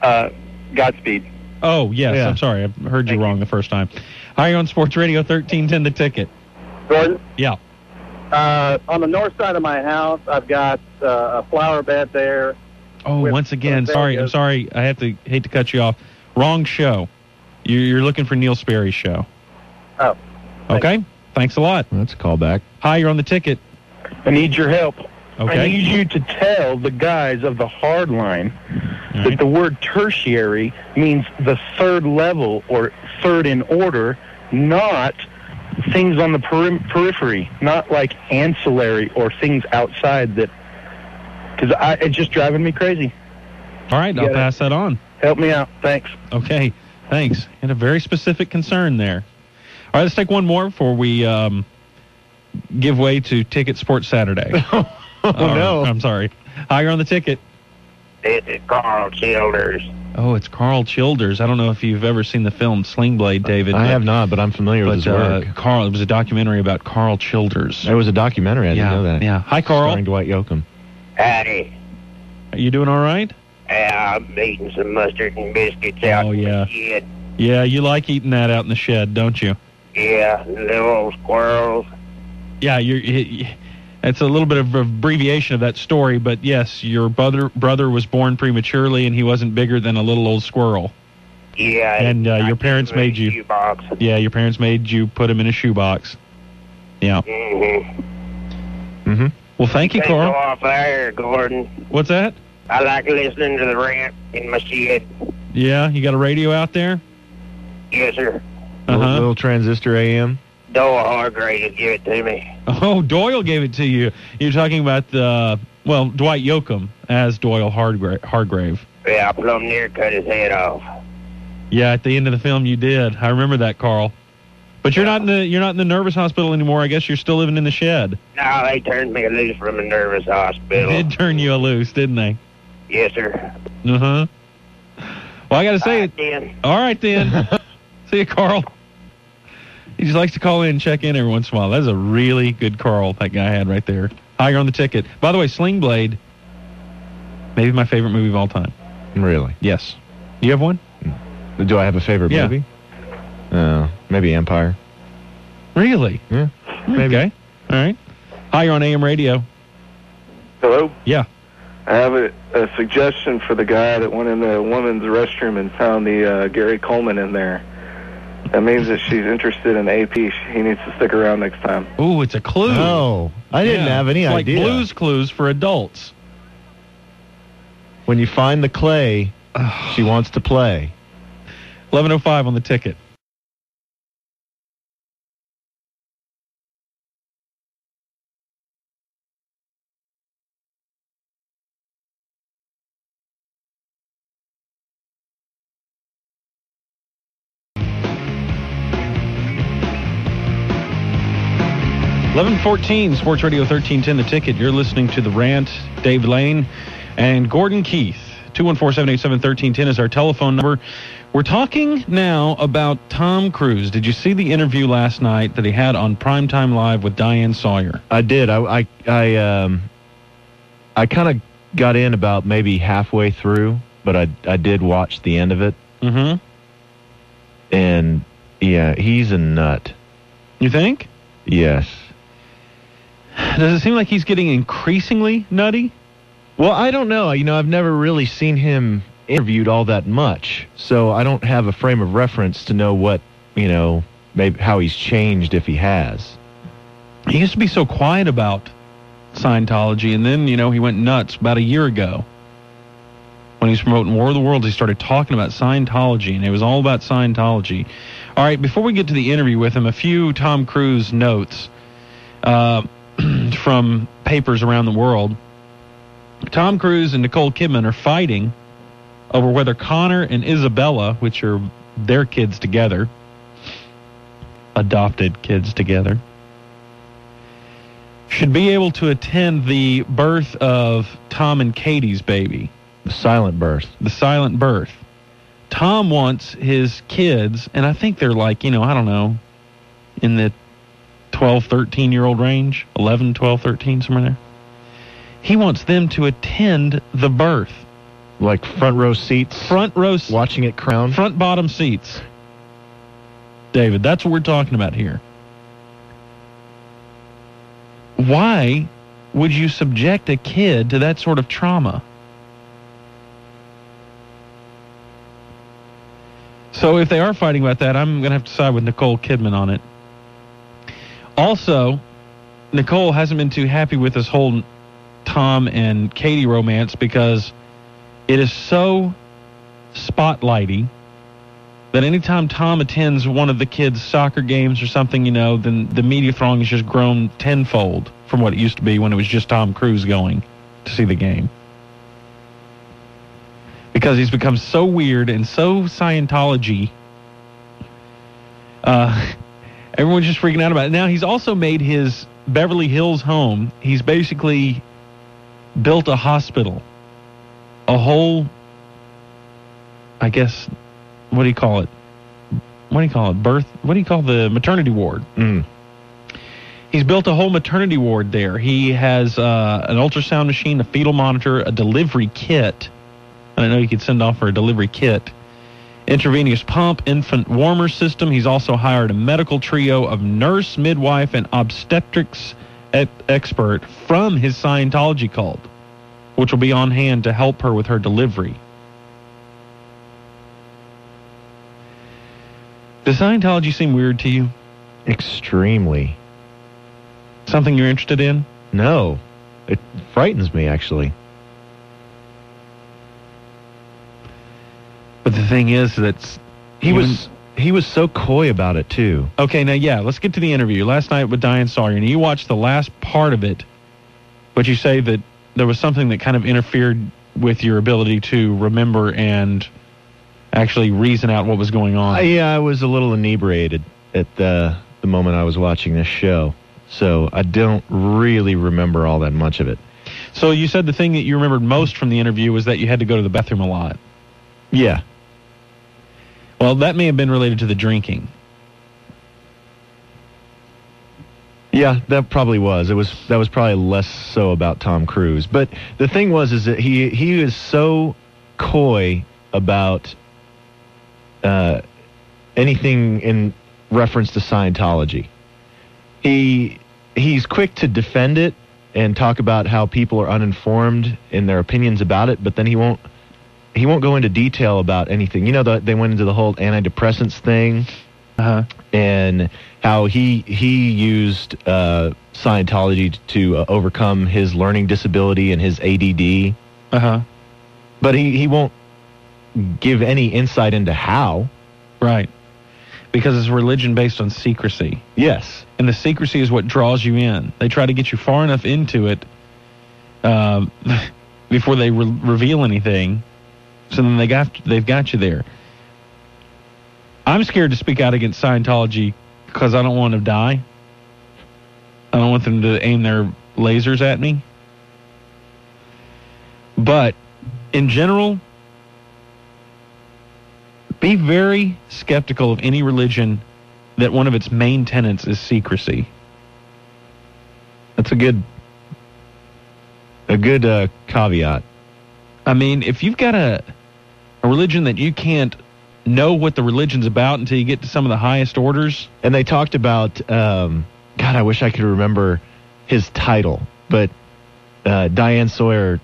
Uh, Godspeed. Oh yes. Yeah. I'm sorry. I heard you Thank wrong the first time. Hi on Sports Radio 1310 The Ticket. Jordan, Yeah. uh, on the north side of my house, I've got uh, a flower bed there. Oh, With- once again, with sorry. I'm Vegas. sorry. I have to hate to cut you off. Wrong show. You're, you're looking for Neil Sperry's show. Oh, thanks. Okay. Thanks a lot. That's a callback. Hi, you're on the ticket. I need your help. I Okay. need you to tell the guys of the hard line that the word tertiary means the third level or third in order, not things on the perim- periphery, not like ancillary or things outside that. Because it's just driving me crazy. All right. I'll Yeah. pass that on. Help me out. Thanks. Okay, thanks. And a very specific concern there. All right, let's take one more before we um, give way to Ticket Sports Saturday. oh, no. I'm sorry. Hi, you're on the ticket. This is Carl Childers. Oh, it's Carl Childers. I don't know if you've ever seen the film Sling Blade, David. I but- have not, but I'm familiar with But his uh, work. Carl, it was a documentary about Carl Childers. There was a documentary. I yeah, didn't know that. yeah. Hi, Carl. Starring Dwight Yoakam. Howdy. Are you doing all right? I'm eating some mustard and biscuits out Oh, in the yeah. Yeah, you like eating that out in the shed, don't you? Yeah, little squirrels. Yeah, you're. y- y- It's a little bit of abbreviation of that story, but yes, your brother brother was born prematurely, and he wasn't bigger than a little old squirrel. Yeah. And, uh, I your parents made you- Box. Yeah, your parents made you put him in a shoebox. Yeah. Mm-hmm. Mm-hmm. Well, thank you, Go Carl. off air, Gordon. What's that? I like listening to the rant in my shed. Yeah, you got a radio out there? Yes, sir. Uh Little, huh. little transistor AM. Doa Hargrave give it to me. Oh, Doyle gave it to you. You're talking about the well, Dwight Yoakam as Doyle Hardgra- Hargrave. Yeah, I plumb near cut his head off. Yeah, at the end of the film, you did. I remember that, Carl. But you're not in the you're not in the nervous hospital anymore. I guess you're still living in the shed. No, they turned me loose from a nervous They hospital. did turn you loose, didn't they? Yes, sir. Uh huh. Well, I got to say, it. Then. all right then. See you, Carl. He just likes to call in and check in every once in a while. That's a really good Carl that guy had right there. Higher on the ticket. By the way, Sling Blade, maybe my favorite movie of all time. Really? Yes. Do you have one? Mm. Do I have a favorite Yeah. movie? Uh, maybe Empire. Really? Yeah. Maybe. Okay. All right. Higher on AM radio. Hello. Yeah. I have a, a suggestion for the guy that went in the woman's restroom and found the uh, Gary Coleman in there. That means that she's interested in AP. She, he needs to stick around next time. Ooh, it's a clue. Oh, I didn't Yeah. have any It's idea. Like Blues Clues for adults. When you find the clay, she wants to play. 1105 on the ticket. Eleven fourteen, Sports Radio thirteen ten. The ticket. You're listening to the rant. Dave Lane and Gordon Keith. 214-787-1310 is our telephone number. We're talking now about Tom Cruise. Did you see the interview last night that he had on Primetime Live with Diane Sawyer? I did. I I I um I kind of got in about maybe halfway through, but I I did watch the end of it, Mm-hmm. and yeah, he's a nut. You think? Yes. Does it seem like he's getting increasingly nutty? Well, I don't know. You know, I've never really seen him interviewed all that much, so I don't have a frame of reference to know what you know maybe how he's changed if he has. He used to be so quiet about Scientology, and then, you know, he went nuts about a year ago. When he was promoting War of the Worlds, he started talking about Scientology, and it was all about Scientology. All right, before we get to the interview with him, a few Tom Cruise notes uh, from papers around the world. Tom Cruise and Nicole Kidman are fighting over whether Connor and Isabella, which are their kids together, adopted kids together, should be able to attend the birth of Tom and Katie's baby, The silent birth. the silent birth. Tom wants his kids, and I think they're like, you know, I don't know, in the 12, 13 year old range, 11, 12, 13, somewhere there. He wants them to attend the birth. Like front row seats, Front row, s- watching it crown. front bottom seats. David, that's what we're talking about here. Why would you subject a kid to that sort of trauma? So if they are fighting about that, I'm going to have to side with Nicole Kidman on it. Also, Nicole hasn't been too happy with this whole Tom and Katie romance because it is so spotlighty that anytime Tom attends one of the kids' soccer games or something, you know, then the media throng has just grown tenfold from what it used to be when it was just Tom Cruise going to see the game. Because he's become so weird and so Scientology. Uh, everyone's just freaking out about it. Now, he's also made his Beverly Hills home. He's basically built a hospital, a whole, I guess, what do you call it? What do you call it? Birth? What do you call the maternity ward? Mm. He's built a whole maternity ward there. He has uh, an ultrasound machine, a fetal monitor, a delivery kit. I don't know you could send off for a delivery kit, intravenous pump, infant warmer system. He's also hired a medical trio of nurse, midwife, and obstetrics e- expert from his Scientology cult, which will be on hand to help her with her delivery. Does Scientology seem weird to you? Extremely. Something you're interested in? No, it frightens me actually. But the thing is that's He was he was so coy about it too. Okay, now yeah, let's get to the interview. Last night with Diane Sawyer, and you watched the last part of it, but you say that there was something that kind of interfered with your ability to remember and actually reason out what was going on. I, Uh, yeah, I was a little inebriated at the the moment I was watching this show, so I don't really remember all that much of it. so you said the thing that you remembered most from the interview was that you had to go to the bathroom a lot. Yeah, Well, that may have been related to the drinking. yeah, that probably was. It was that was probably less so about Tom Cruise. But the thing was is that he he is so coy about uh, anything in reference to Scientology. He he's quick to defend it and talk about how people are uninformed in their opinions about it, but then he won't he won't go into detail about anything. You know, the, they went into the whole antidepressants thing Uh-huh. and how he he used uh, Scientology to uh, overcome his learning disability and his ADD, Uh huh. but he, he won't give any insight into how. Right. Because it's a religion based on secrecy. Yes, and the secrecy is what draws you in. They try to get you far enough into it um, before they re- reveal anything, so then they got they've got you there. I'm scared to speak out against Scientology because I don't want to die. I don't want them to aim their lasers at me. But in general, be very skeptical of any religion that one of its main tenets is secrecy. that's a good a good uh, caveat. I mean, if you've got a a religion that you can't know what the religion's about until you get to some of the highest orders, And they talked about um, God. I wish I could remember his title, but uh, Diane Sawyer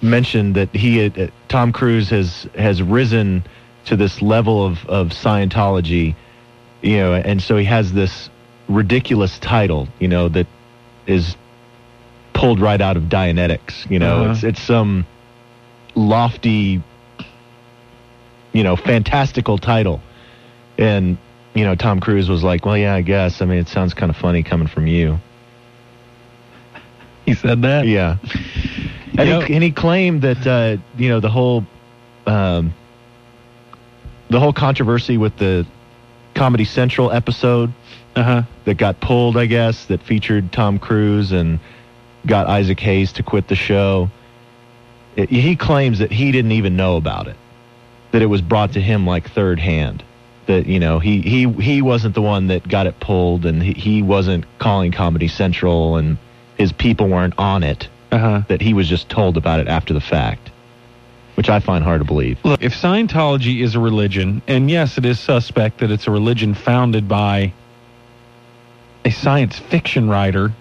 mentioned that he, had, uh, Tom Cruise, has has risen to this level of of Scientology, you know, and so he has this ridiculous title, you know, that is pulled right out of Dianetics. You know, Uh-huh. it's it's some lofty, you know, fantastical title, and you know, Tom Cruise was like, "Well, yeah, I guess. I mean, it sounds kind of funny coming from you." he said that. Yeah. And, You know- he, and he claimed that uh, you know the whole um, the whole controversy with the Comedy Central episode Uh huh. that got pulled, I guess, that featured Tom Cruise and got Isaac Hayes to quit the show. It, he claims that he didn't even know about it. that it was brought to him like third hand. That you know he he he wasn't the one that got it pulled, and he, he wasn't calling Comedy Central, and his people weren't on it. Uh-huh. That he was just told about it after the fact, which I find hard to believe. Look, if Scientology is a religion, and yes, it is suspect that it's a religion founded by a science fiction writer,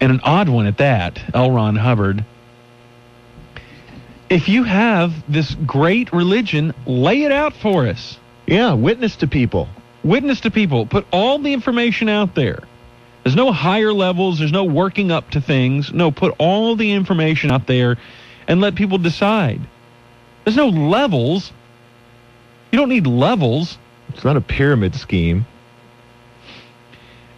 and an odd one at that, L. Ron Hubbard. If you have this great religion, lay it out for us. Yeah, witness to people. Witness to people. Put all the information out there. There's no higher levels, there's no working up to things. No, put all the information out there and let people decide. There's no levels. You don't need levels. It's not a pyramid scheme.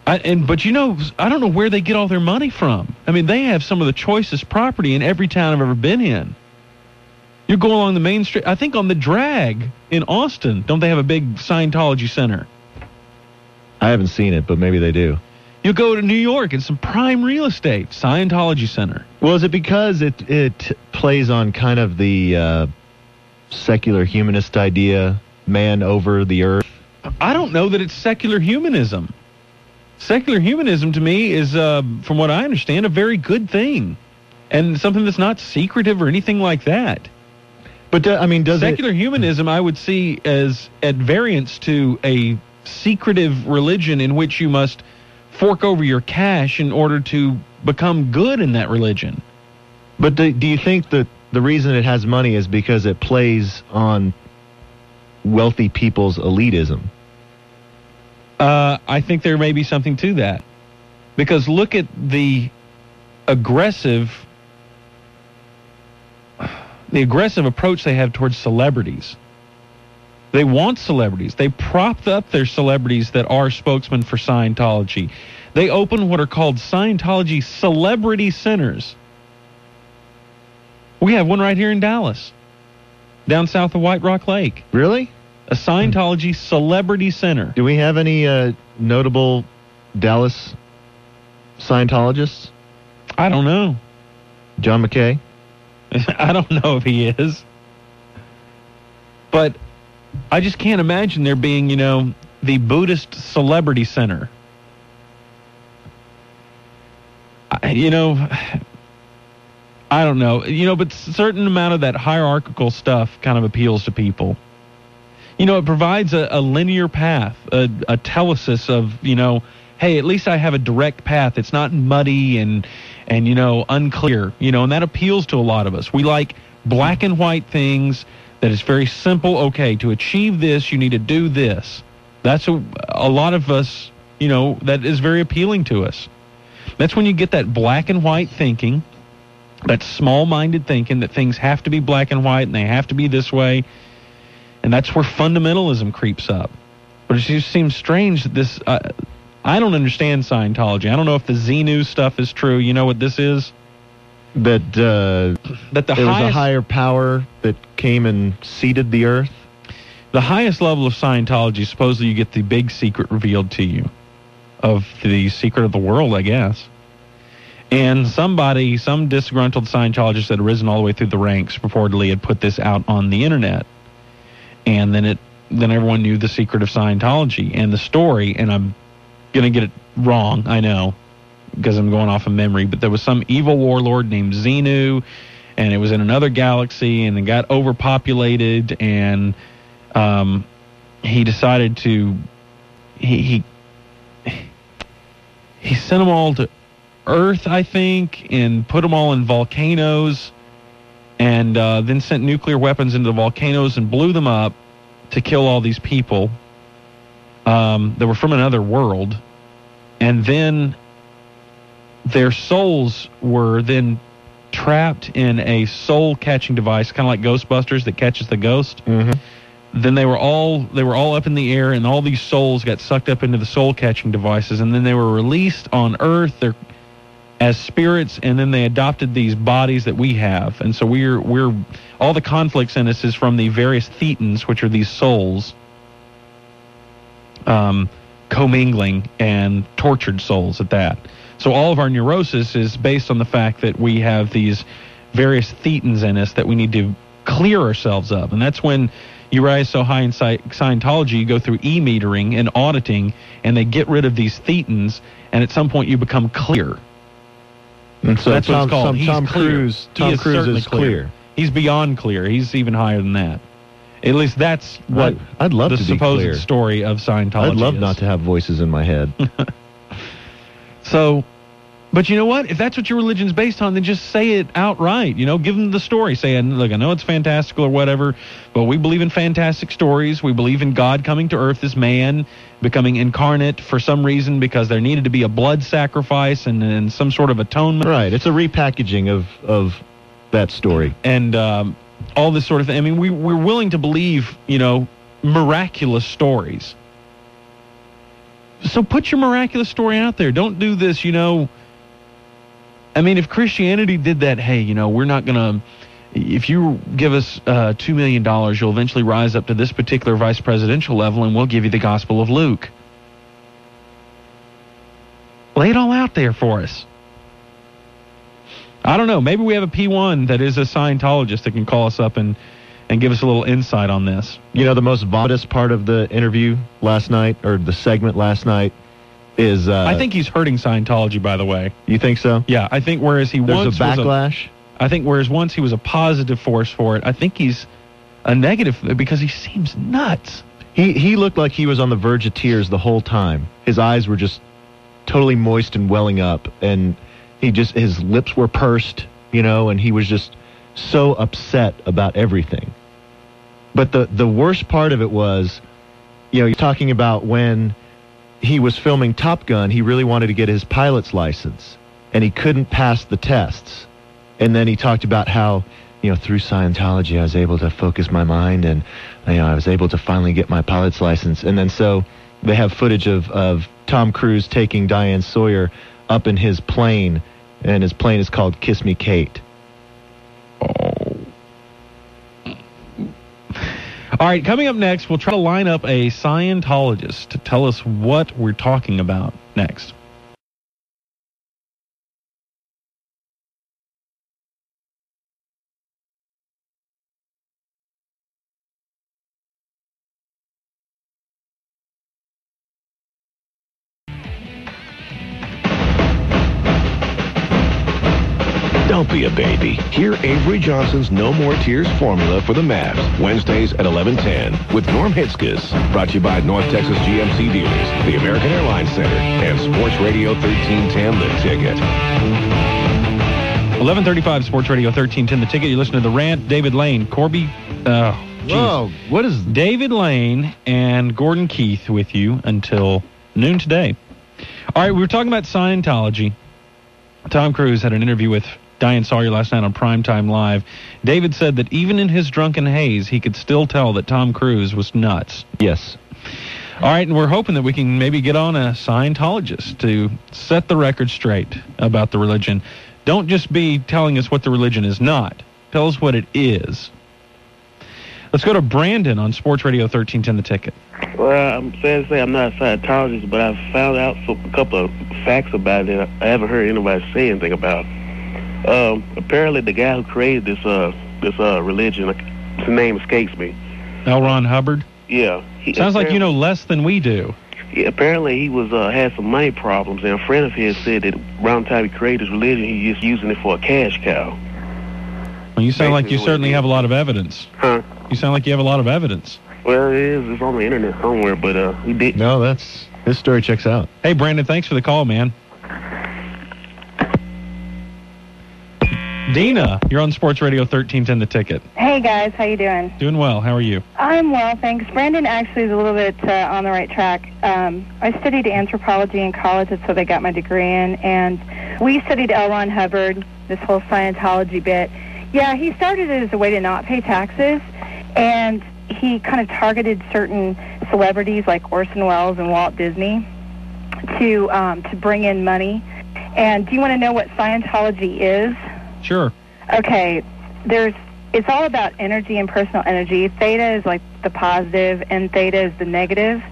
I, and but you know, I don't know where they get all their money from. I mean, they have some of the choicest property in every town I've ever been in. You go along the main street. I think on the drag in Austin, don't they have a big Scientology center? I haven't seen it, but maybe they do. You go to New York and some prime real estate, Scientology center. Well, is it because it it plays on kind of the uh, secular humanist idea, man over the earth? I don't know that it's secular humanism secular humanism to me is, uh, from what I understand, a very good thing, and something that's not secretive or anything like that. But do, I mean, does secular it, humanism I would see as at variance to a secretive religion in which you must fork over your cash in order to become good in that religion. But do, do you think that the reason it has money is because it plays on wealthy people's elitism? Uh, I think there may be something to that. Because look at the aggressive the aggressive approach they have towards celebrities. They want celebrities. They prop up their celebrities that are spokesmen for Scientology. They open what are called Scientology celebrity centers. We have one right here in Dallas, down south of White Rock Lake. Really? a Scientology celebrity center. Do we have any uh, notable Dallas Scientologists? I don't know. John McKay? I don't know if he is. But I just can't imagine there being, you know, the Buddhist Celebrity Center. I, you know, I don't know. You know, but certain amount of that hierarchical stuff kind of appeals to people you know, it provides a, a linear path, a, a, telesis of, you know, hey, at least I have a direct path. It's not muddy and, and, you know, unclear, you know, and that appeals to a lot of us. We like black and white things that is very simple. Okay, to achieve this, you need to do this. That's a, a lot of us, you know, that is very appealing to us. That's when you get that black and white thinking, that small minded thinking that things have to be black and white and they have to be this way. And that's where fundamentalism creeps up. But it just seems strange that this. Uh, I don't understand Scientology. I don't know if the Xenu stuff is true. You know what this is? That uh, that the there was a highest, higher power that came and seeded the earth. the highest level of Scientology. Supposedly, you get the big secret revealed to you of the secret of the world, I guess. And somebody, some disgruntled Scientologist that had risen all the way through the ranks, purportedly had put this out on the internet and then it then everyone knew the secret of Scientology and the story. And I'm gonna get it wrong, I know, because I'm going off of memory. But there was some evil warlord named Xenu, and it was in another galaxy, and it got overpopulated, and um, he decided to he he he sent them all to Earth, I think, and put them all in volcanoes and uh, then sent nuclear weapons into the volcanoes and blew them up to kill all these people um, that were from another world. And then their souls were then trapped in a soul catching device, kind of like Ghostbusters that catches the ghost. Mm-hmm. Then they were all they were all up in the air, and all these souls got sucked up into the soul catching devices, and then they were released on Earth. Their as spirits, and then they adopted these bodies that we have, and so we're we're all the conflicts in us is from the various thetans, which are these souls, um, commingling and tortured souls at that. So all of our neurosis is based on the fact that we have these various thetans in us that we need to clear ourselves of. And that's when you rise so high in Sci- Scientology, you go through e metering and auditing, and they get rid of these thetans, and at some point you become clear. And so that's Tom, what it's called. some- He's Tom clear. Cruise. He Tom is Cruise certainly is clear. He's beyond clear. He's even higher than that. At least that's what I'd- I'd love the to be supposed clear. story of Scientology. I'd love is. not to have voices in my head. So, but you know what? If that's what your religion's based on, then just say it outright. You know, give them the story. Say, "And look, I know it's fantastical or whatever, but we believe in fantastic stories. We believe in God coming to earth, this man becoming incarnate for some reason because there needed to be a blood sacrifice and, and some sort of atonement. right. It's a repackaging of of that story. and um, all this sort of thing. I mean, we, we're willing to believe, you know, miraculous stories. So put your miraculous story out there. Don't do this, you know. I mean, if Christianity did that, hey, you know, we're not going to. If you give us uh, $2 million, you'll eventually rise up to this particular vice presidential level, and we'll give you the Gospel of Luke. Lay it all out there for us. I don't know. Maybe we have a P1 that is a Scientologist that can call us up and, and give us a little insight on this. You know, the most vomitous part of the interview last night, or the segment last night, is uh, I think he's hurting Scientology, by the way. you think so. Yeah, I think whereas he There's once a was backlash. I think whereas once he was a positive force for it, I think he's a negative because he seems nuts. He he looked like he was on the verge of tears the whole time. His eyes were just totally moist and welling up, and he just his lips were pursed, you know, and he was just so upset about everything. But the the worst part of it was, you know, you're talking about when he was filming Top Gun, he really wanted to get his pilot's license, and he couldn't pass the tests. And then he talked about how, you know, through Scientology, I was able to focus my mind and, you know, I was able to finally get my pilot's license. And then so they have footage of, of Tom Cruise taking Diane Sawyer up in his plane, and his plane is called Kiss Me Kate. All right, coming up next, we'll try to line up a Scientologist to tell us what we're talking about next. Don't be a baby. Hear Avery Johnson's No More Tears formula for the Mavs, Wednesdays at 1110 with Norm Hitzkus. Brought to you by North Texas GMC Dealers, the American Airlines Center, and Sports Radio 1310 The Ticket. 1135 Sports Radio 1310, the ticket. You listen to The Rant, David Lane, Corby. Uh, Whoa, what is David Lane and Gordon Keith with you until noon today. All right, we were talking about Scientology. Tom Cruise had an interview with Diane Sawyer last night on Primetime Live. David said that even in his drunken haze, he could still tell that Tom Cruise was nuts. Yes. All right, and we're hoping that we can maybe get on a Scientologist to set the record straight about the religion. Don't just be telling us what the religion is not. Tell us what it is. Let's go to Brandon on Sports Radio 1310 The Ticket. Well, I'm sad to say I'm not a Scientologist, but I've found out so- a couple of facts about it that I haven't heard anybody say anything about. Um, apparently, the guy who created this uh, this uh, religion, his name escapes me. L. Ron Hubbard. Yeah, he, Sounds like you know less than we do. Yeah, apparently, he was uh, had some money problems, and a friend of his said that around the time he created his religion, he was just using it for a cash cow. Well, you sound like you Basically what certainly it have a lot of evidence. Huh? You sound like you have a lot of evidence. Well, it is. It's on the internet somewhere, but uh, he did. No, that's his story checks out. Hey, Brandon, thanks for the call, man. Dina, you're on Sports Radio 1310 The Ticket. Hey guys, how you doing? Doing well. How are you? I'm well, thanks. Brandon actually is a little bit uh, on the right track. Um, I studied anthropology in college, that's what I got my degree in, and we studied L. Ron Hubbard, this whole Scientology bit. Yeah, he started it as a way to not pay taxes, and he kind of targeted certain celebrities like Orson Welles and Walt Disney to um, to bring in money. And do you want to know what Scientology is? Sure. Okay, there's it's all about energy and personal energy. Theta is like the positive, and theta is the negative.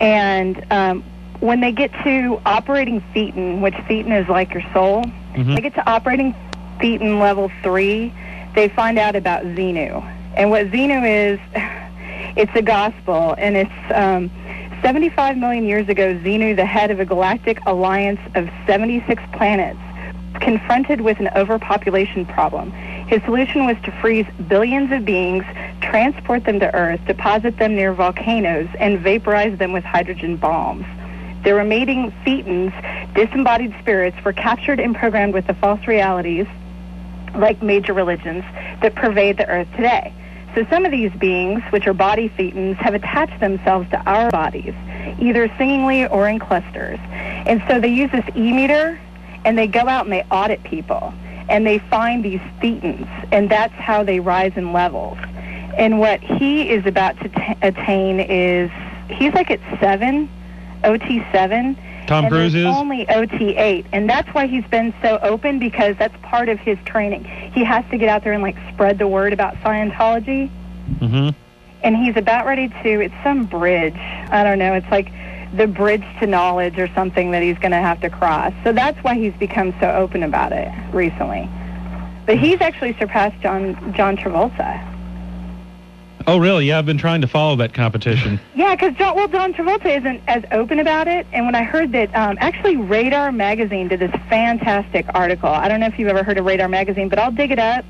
And um, when they get to operating thetan, which thetan is like your soul, Mhm. they get to operating Thetan Level 3, they find out about Xenu. And what Xenu is, it's a gospel, and it's um, 75 million years ago, Xenu, the head of a galactic alliance of 76 planets, confronted with an overpopulation problem. His solution was to freeze billions of beings, transport them to Earth, deposit them near volcanoes, and vaporize them with hydrogen bombs. The remaining thetans, disembodied spirits, were captured and programmed with the false realities, like major religions, that pervade the Earth today. So some of these beings, which are body thetans, have attached themselves to our bodies, either singingly or in clusters. And so they use this e-meter, and they go out and they audit people, and they find these thetans, and that's how they rise in levels. And what he is about to t- attain is, he's like at 7, OT7. Tom and Cruise there's is? only OT8, and that's why he's been so open because that's part of his training. He has to get out there and like spread the word about Scientology, Mm-hmm. and he's about ready to. It's some bridge. I don't know. It's like the bridge to knowledge or something that he's going to have to cross. So that's why he's become so open about it recently. But he's actually surpassed John John Travolta. Oh, really? Yeah, I've been trying to follow that competition. Yeah, because John, well, John Travolta isn't as open about it. And when I heard that, um, actually, Radar Magazine did this fantastic article. I don't know if you've ever heard of Radar Magazine, but I'll dig it up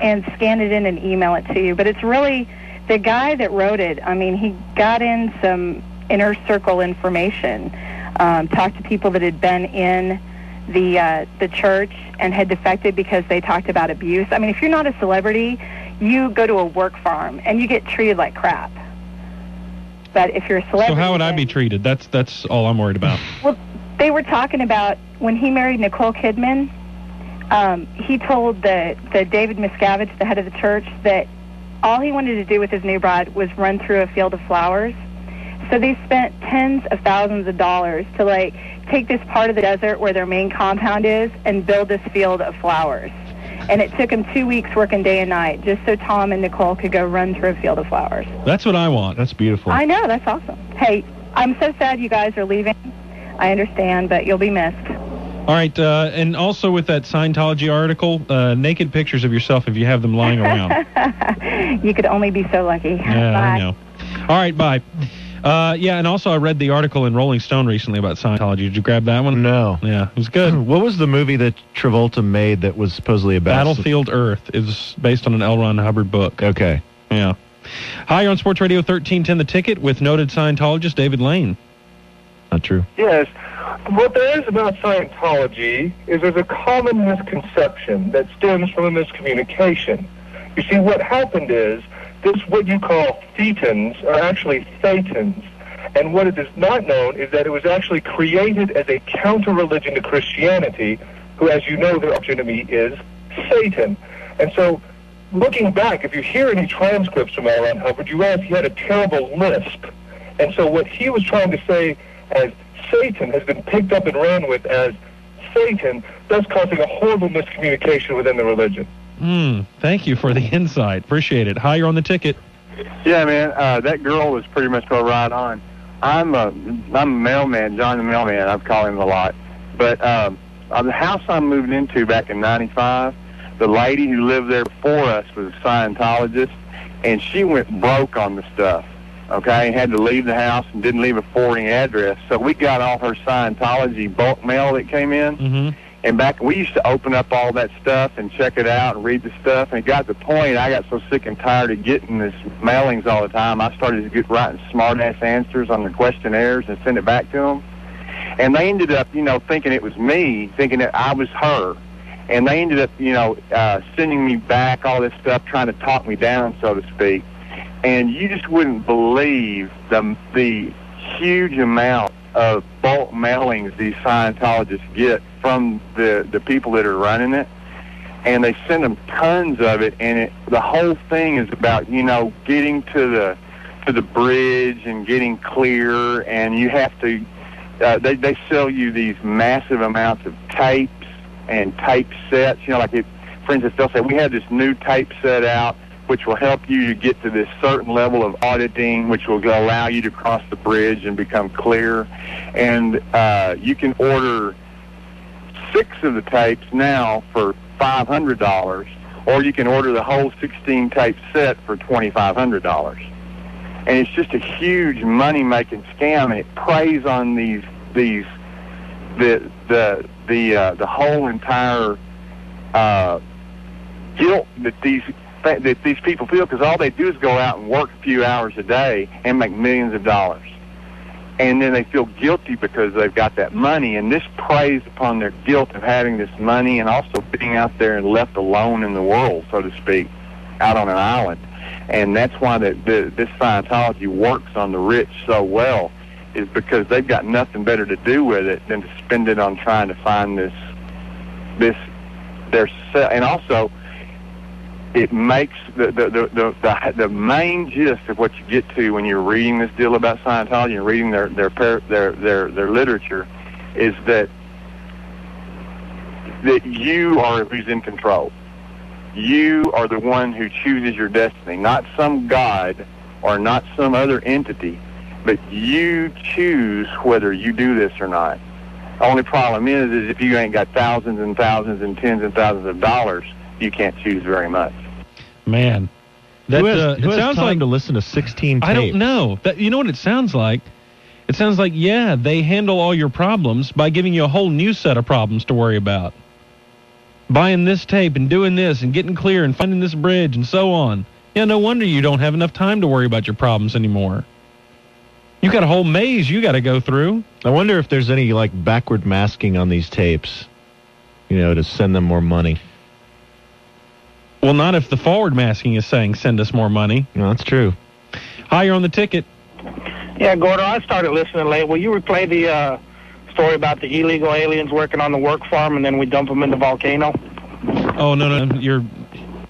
and scan it in and email it to you. But it's really the guy that wrote it. I mean, he got in some inner circle information, um, talked to people that had been in the uh, the church and had defected because they talked about abuse. I mean, if you're not a celebrity, you go to a work farm and you get treated like crap. But if you're a so celebrity, how would I be treated? That's that's all I'm worried about. well, they were talking about when he married Nicole Kidman. Um, he told the the David Miscavige, the head of the church, that all he wanted to do with his new bride was run through a field of flowers. So they spent tens of thousands of dollars to like take this part of the desert where their main compound is and build this field of flowers. And it took him two weeks working day and night just so Tom and Nicole could go run through a field of flowers. That's what I want. That's beautiful. I know, that's awesome. Hey, I'm so sad you guys are leaving. I understand, but you'll be missed. All right, uh, and also with that Scientology article, uh, naked pictures of yourself if you have them lying around. you could only be so lucky. yeah, Bye. I know. All right, bye. Uh, yeah, and also I read the article in Rolling Stone recently about Scientology. Did you grab that one? No. Yeah, it was good. What was the movie that Travolta made that was supposedly about? Battlefield Earth is based on an L. Ron Hubbard book. Okay. Yeah. Hi, you're on Sports Radio 1310 The Ticket with noted Scientologist David Lane. Not true. Yes. What there is about Scientology is there's a common misconception that stems from a miscommunication. You see, what happened is this what you call thetans are actually thetans. And what it is not known is that it was actually created as a counter religion to Christianity, who, as you know, their enemy is Satan. And so, looking back, if you hear any transcripts from L. Ron Hubbard, you realize he had a terrible lisp. And so, what he was trying to say as Satan has been picked up and ran with as Satan, thus causing a horrible miscommunication within the religion. Hmm. Thank you for the insight. Appreciate it. Hi, you're on the ticket. Yeah, man, uh, that girl was pretty much a ride on. I'm a I'm a mailman, John the mailman. I've called him a lot, but um, uh, the house I moved into back in '95, the lady who lived there before us was a Scientologist, and she went broke on the stuff. Okay, and had to leave the house and didn't leave a forwarding address, so we got all her Scientology bulk mail that came in. Mm-hmm. And back, we used to open up all that stuff and check it out and read the stuff. And it got to the point I got so sick and tired of getting this mailings all the time. I started to get writing smart ass answers on the questionnaires and send it back to them. And they ended up, you know, thinking it was me, thinking that I was her. And they ended up, you know, uh, sending me back all this stuff, trying to talk me down, so to speak. And you just wouldn't believe the the huge amount of bulk mailings these Scientologists get from the the people that are running it, and they send them tons of it, and it, the whole thing is about you know getting to the to the bridge and getting clear, and you have to. Uh, they they sell you these massive amounts of tapes and tape sets. You know, like if, for instance, they'll say we have this new tape set out which will help you to get to this certain level of auditing, which will allow you to cross the bridge and become clear. And uh, you can order six of the tapes now for five hundred dollars, or you can order the whole sixteen tape set for twenty five hundred dollars. And it's just a huge money making scam, and it preys on these these the the the uh, the whole entire uh, guilt that these that these people feel because all they do is go out and work a few hours a day and make millions of dollars and then they feel guilty because they've got that money and this preys upon their guilt of having this money and also being out there and left alone in the world so to speak out on an island and that's why that the, this scientology works on the rich so well is because they've got nothing better to do with it than to spend it on trying to find this this their se- and also it makes the the, the, the the the main gist of what you get to when you're reading this deal about Scientology and reading their their par- their their, their literature is that that you are who's in control. You are the one who chooses your destiny, not some god or not some other entity, but you choose whether you do this or not. Only problem is, is if you ain't got thousands and thousands and tens and thousands of dollars, you can't choose very much. Man, Who has- uh, who has time like to listen to 16 I don't tapes? know. That you know what it sounds like. It sounds like yeah, they handle all your problems by giving you a whole new set of problems to worry about. Buying this tape and doing this and getting clear and finding this bridge and so on. Yeah, no wonder you don't have enough time to worry about your problems anymore. You got a whole maze you got to go through. I wonder if there's any like backward masking on these tapes, you know, to send them more money. Well, not if the forward masking is saying send us more money. No, that's true. Hi, you're on the ticket. Yeah, Gordo, I started listening late. Will you replay the uh, story about the illegal aliens working on the work farm and then we dump them in the volcano? Oh no no you're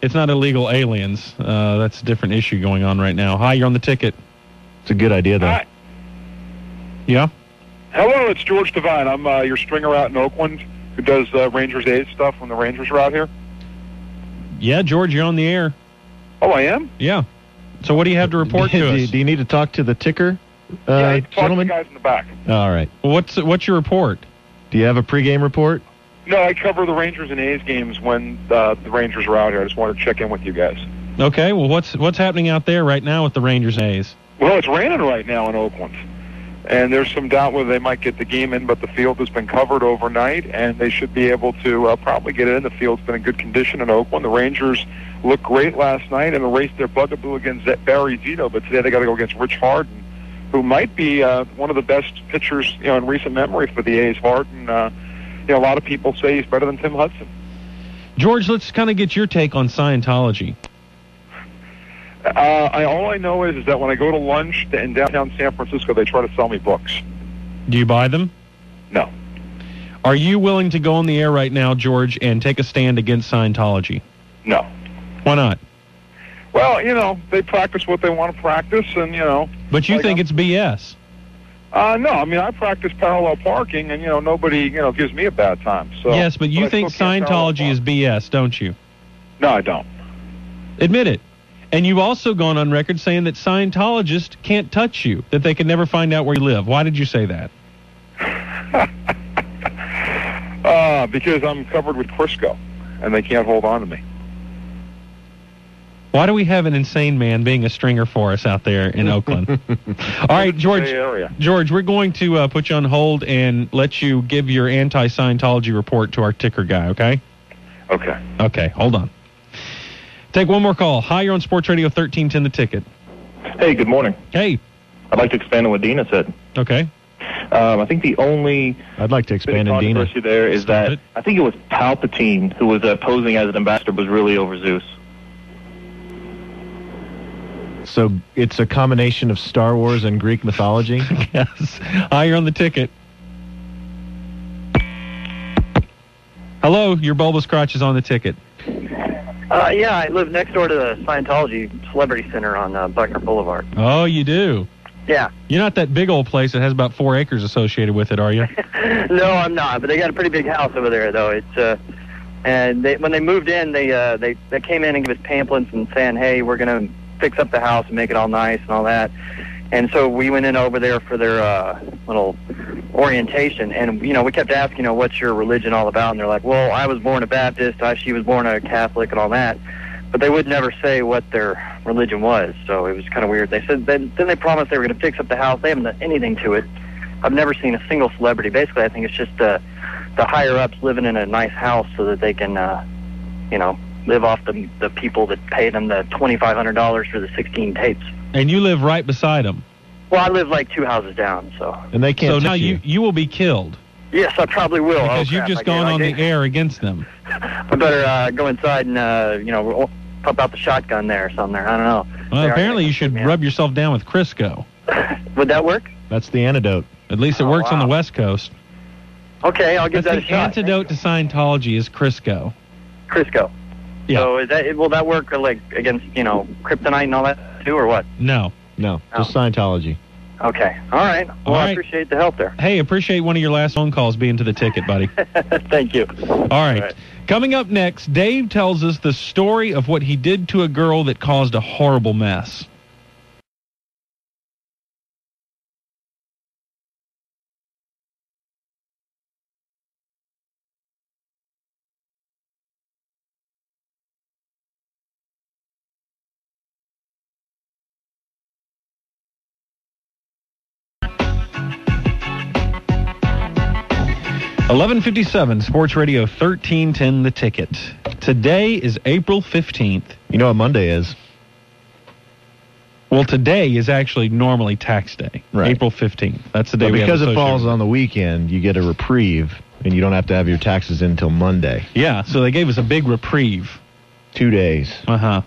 it's not illegal aliens. Uh, that's a different issue going on right now. Hi, you're on the ticket. It's a good idea though. Hi. Yeah. Hello, it's George Devine. I'm uh, your stringer out in Oakland who does uh, Rangers Aid stuff when the Rangers are out here. Yeah, George, you're on the air. Oh, I am? Yeah. So what do you have to report do, to you- us? do you need to talk to the ticker, uh, gentleman? Guys in the back. All right. What's what's your report? Do you have a pregame report? No, I cover the Rangers and A's games when uh, the Rangers are out here. I just wanted to check in with you guys. Okay, well what's what's happening out there right now with the Rangers A's? Well, it's raining right now in Oakland. And there's some doubt whether they might get the game in, but the field has been covered overnight, and they should be able to uh, probably get it in. The field's been in good condition in Oakland. The Rangers looked great last night and erased their bucket blue against Z- Barry Zito, but today they got to go against Rich Harden, who might be uh, one of the best pitchers you know in recent memory for the A's. Harden, uh, you know, a lot of people say he's better than Tim Hudson. George, let's kind of get your take on Scientology. Uh, I, all I know is, is that when I go to lunch in downtown San Francisco, they try to sell me books. Do you buy them? No. Are you willing to go on the air right now, George, and take a stand against Scientology? No. Why not? Well, you know, they practice what they want to practice, and you know. But you like, think it's BS. Uh, no, I mean I practice parallel parking, and you know nobody you know gives me a bad time. So yes, but you I think still can't tell- Scientology is BS, don't you? No, I don't. Admit it. And you've also gone on record saying that Scientologists can't touch you, that they can never find out where you live. Why did you say that? Uh, because I'm covered with Crisco, and they can't hold on to me. Why do we have an insane man being a stringer for us out there in Oakland? All right, George. Bay Area. George, we're going to uh, put you on hold and let you give your anti-Scientology report to our ticker guy. Okay. Okay. Okay. Hold on. Take one more call. Hi, you're on Sports Radio 1310. The ticket. Hey, good morning. Hey. I'd like to expand on what Dina said. Okay. Um, I think the only I'd like to expand bit on of Dina. controversy there is that I think it was Palpatine who was uh, posing as an ambassador was really over Zeus. So it's a combination of Star Wars and Greek mythology. yes. Hi, you're on the ticket. Hello, your bulbous crotch is on the ticket. Uh, yeah, I live next door to the Scientology Celebrity Center on uh, Buckner Boulevard. Oh, you do. Yeah. You're not that big old place that has about four acres associated with it, are you? no, I'm not, but they got a pretty big house over there, though. It's uh, and they, when they moved in, they uh, they they came in and gave us pamphlets and saying, hey, we're gonna fix up the house and make it all nice and all that. And so we went in over there for their uh, little orientation. And you know, we kept asking, you know, what's your religion all about? And they're like, well, I was born a Baptist, I, she was born a Catholic, and all that. But they would never say what their religion was, so it was kind of weird. They said then then they promised they were going to fix up the house. They haven't done anything to it. I've never seen a single celebrity. Basically, I think it's just uh, the higher ups living in a nice house so that they can, uh, you know, live off the the people that pay them the twenty five hundred dollars for the sixteen tapes. And you live right beside him. Well, I live like two houses down, so And they So now you. you will be killed yes, I probably will. Oh, because you've crap, I just did, gone I on did. the air against them. I better uh, go inside and uh, you know r- pump out the shotgun there or something. There, I don't know. Well, apparently you should rub yourself down with Crisco. Would that work? That's the antidote. Oh, At least it works on the West Coast. Okay, I'll give That's that a the shot. antidote to Scientology is Crisco. Crisco. Yeah. So is that will that work uh, like against you know kryptonite and all that too, or what? No. No, just Scientology. Okay. All right. Well, All I right. appreciate the help there. Hey, appreciate one of your last phone calls being to the ticket, buddy. Thank you. All right. Coming up next, Dave tells us the story of what he did to a girl that caused a horrible mess. Eleven fifty seven, Sports Radio thirteen ten, the ticket. Today is April fifteenth. You know what Monday is? Well, today is actually normally tax day. Right. April fifteenth. That's the day But we have because it associated falls on the weekend, you get a reprieve, and you don't have to have your taxes in until Monday. Yeah, so they gave us a big reprieve. Two days. Uh huh.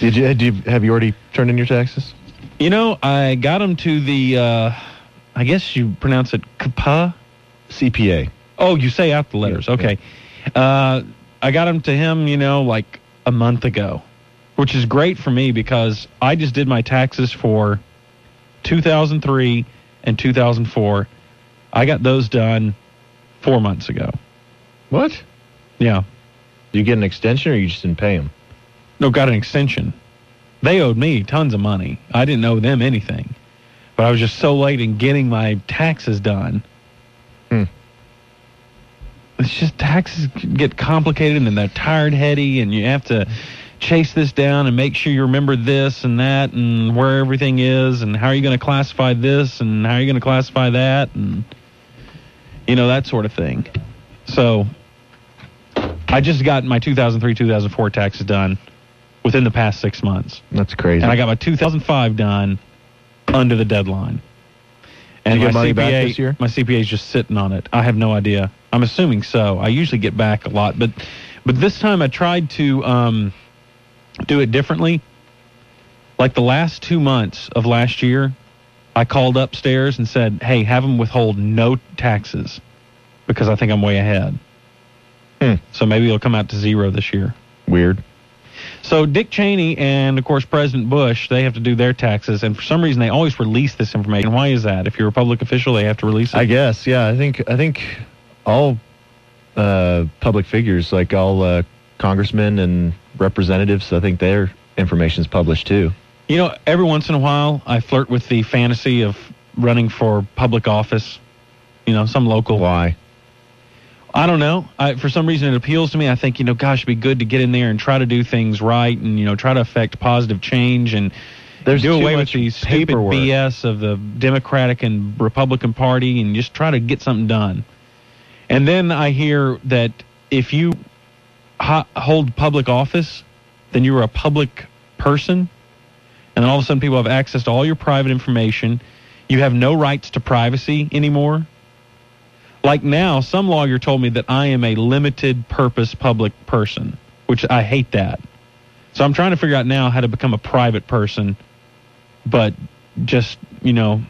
Did you, did you have you already turned in your taxes? You know, I got him to the, uh, I guess you pronounce it CPA? CPA. Oh, you say out the letters. okay. Uh, I got him to him, you know, like a month ago, which is great for me because I just did my taxes for 2003 and 2004. I got those done four months ago. What? Yeah. Did you get an extension, or you just didn't pay them? No, got an extension. They owed me tons of money. I didn't owe them anything. But I was just so late in getting my taxes done. Hmm. It's just taxes get complicated and they're tired heady and you have to chase this down and make sure you remember this and that and where everything is and how are you going to classify this and how are you going to classify that and you know that sort of thing. So I just got my 2003 2004 taxes done within the past six months. That's crazy. And I got my 2005 done under the deadline. Did And you my get money CPA, back this year? my CPA is just sitting on it. I have no idea. I'm assuming so. I usually get back a lot, but but this time I tried to um, do it differently. Like the last two months of last year, I called upstairs and said, "Hey, have them withhold no taxes because I think I'm way ahead." Hmm. So maybe it'll come out to zero this year. Weird. So Dick Cheney and of course President Bush, they have to do their taxes, and for some reason they always release this information. Why is that? If you're a public official, they have to release it. I guess. Yeah, I think I think all uh, public figures, like all uh, congressmen and representatives, I think their information's published too. You know, every once in a while, I flirt with the fantasy of running for public office. You know, some local. Why? I don't know. I, for some reason, it appeals to me. I think you know, gosh, it'd be good to get in there and try to do things right, and you know, try to affect positive change and There's do too away much with the stupid paperwork. BS of the Democratic and Republican Party, and just try to get something done. And then I hear that if you ho- hold public office, then you are a public person, and then all of a sudden people have access to all your private information. You have no rights to privacy anymore. Like now, some lawyer told me that I am a limited purpose public person, which I hate that. So I'm trying to figure out now how to become a private person, but just, you know,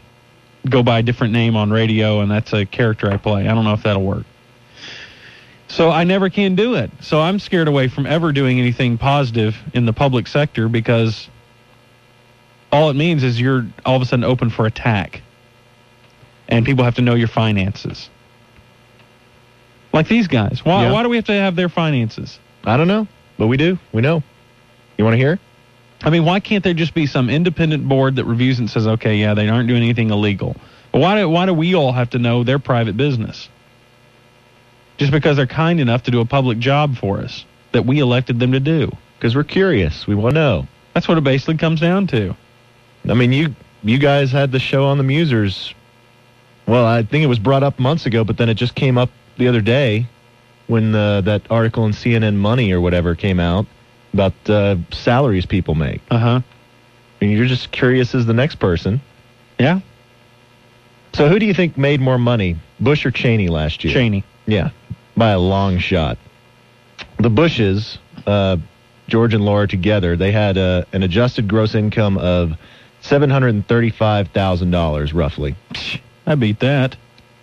go by a different name on radio, and that's a character I play. I don't know if that'll work. So I never can do it. So I'm scared away from ever doing anything positive in the public sector because all it means is you're all of a sudden open for attack. And people have to know your finances. Like these guys. Why, Yeah. why do we have to have their finances? I don't know, but we do. We know. You want to hear? I mean, why can't there just be some independent board that reviews and says, okay, yeah, they aren't doing anything illegal? But Why do, why do we all have to know their private business? Just because they're kind enough to do a public job for us that we elected them to do. Because we're curious. We want to know. That's what it basically comes down to. I mean, you you guys had the show on the Musers. Well, I think it was brought up months ago, but then it just came up the other day when uh, that article in CNN Money or whatever came out about uh, salaries people make. Uh huh. And you're just curious as the next person. Yeah. So who do you think made more money, Bush or Cheney last year? Cheney. Yeah, by a long shot. The Bushes, uh, George and Laura together, they had uh, an adjusted gross income of seven hundred and thirty-five thousand dollars, roughly. I beat that.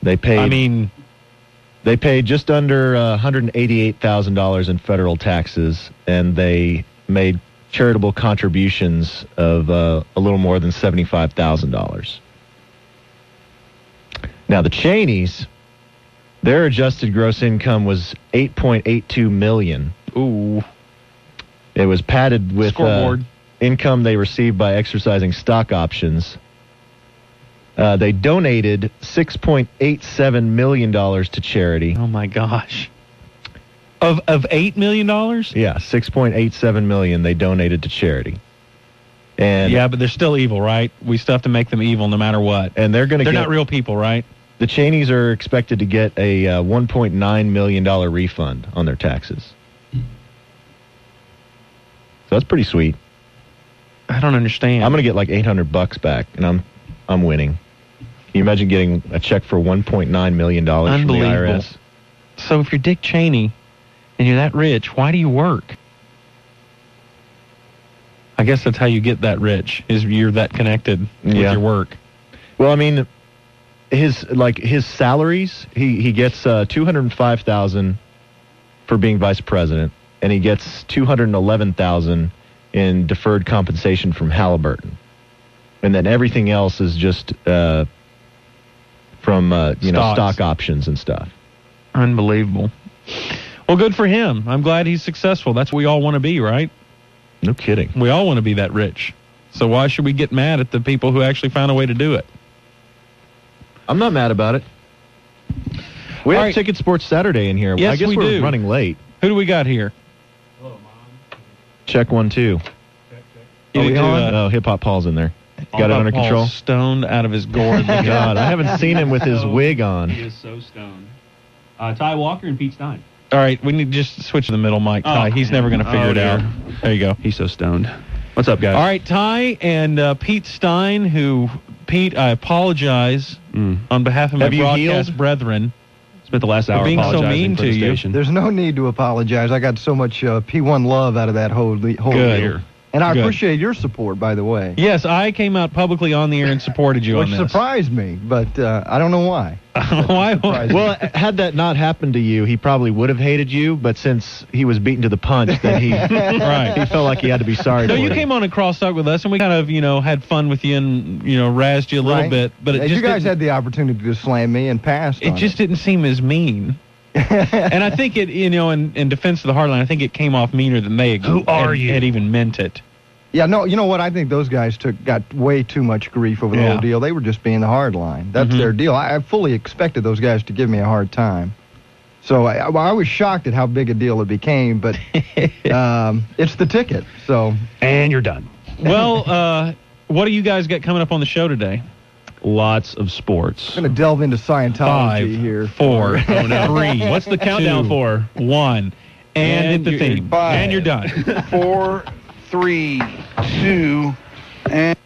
They paid. I mean, they paid just under uh, one hundred and eighty-eight thousand dollars in federal taxes, and they made charitable contributions of uh, a little more than seventy-five thousand dollars. Now the Cheneys, their adjusted gross income was eight point eight two million. Ooh. It was padded with uh, Scoreboard. income they received by exercising stock options. Uh, they donated six point eight seven million dollars to charity. Oh my gosh. Of of eight million dollars? Yeah, six point eight seven million they donated to charity. And yeah, but they're still evil, right? We still have to make them evil no matter what. and they're going to They're get not real people, right? the Cheneys are expected to get a uh, one point nine million dollar refund on their taxes. So that's pretty sweet. I don't understand. I'm going to get like 800 bucks back, and I'm I'm winning. Can you imagine getting a check for 1.9 million dollars from the Unbelievable. IRS? So if you're Dick Cheney and you're that rich, why do you work? I guess that's how you get that rich is you're that connected with Yeah. your work. Well, I mean, his like his salaries, he he gets uh, 205 thousand for being vice president, and he gets 211 thousand in deferred compensation from Halliburton, and then everything else is just uh, from uh, you know Stocks. stock options and stuff. Unbelievable. Well, good for him. I'm glad he's successful. That's what we all want to be, right? No kidding. We all want to be that rich. So why should we get mad at the people who actually found a way to do it? I'm not mad about it. We All have right. Ticket Sports Saturday in here. Yes, I guess we are do. running late. Who do we got here? Check one, two. You Oh, do, uh, oh, Hip Hop Paul's in there. Got it Bob under Paul's control. Stoned out of his gourd. God, I haven't seen him with his wig on. He is so stoned. Uh, Ty Walker and Pete Stein. All right, we need to just switch to the middle mic, Ty. Oh, He's never going to figure oh, it out. There you go. He's so stoned. What's up, guys? All right, Ty and uh, Pete Stein, who, Pete, I apologize on behalf of my Mm. Have you broadcast brethren. Spent the last For hour being so apologizing mean for to the you. station. There's no need to apologize. I got so much uh, P1 love out of that whole le- whole Good. deal. And I Good. appreciate your support, by the way, Yes, I came out publicly on the air and supported you which on this. surprised me, but uh, I don't know why. Why? Well, had that not happened to you, he probably would have hated you. But since he was beaten to the punch, then he Right. he felt like he had to be sorry. No, for you it. came on and crosstalk with us, and we kind of, you know, had fun with you and, you know, razzed you a little Right? bit. But it Yeah, just you guys didn't- had the opportunity to slam me and passed. it on just didn't seem as mean. and I think it, you know, in, in defense of the hardline, I think it came off meaner than they who are had, you? had even meant it. Yeah, no, you know what? I think those guys took got way too much grief over the Yeah. whole deal. They were just being the hard line. That's Mhm. their deal. I, I fully expected those guys to give me a hard time. So I, I was shocked at how big a deal it became, but um, it's the ticket. So and you're done. Well, uh, what do you guys got coming up on the show today? Lots of sports. I'm going to delve into Scientology Five, here. four, Oh, no. three. What's the countdown two, for? One. And, And hit the you're- theme. five. And you're done. four, three, two, and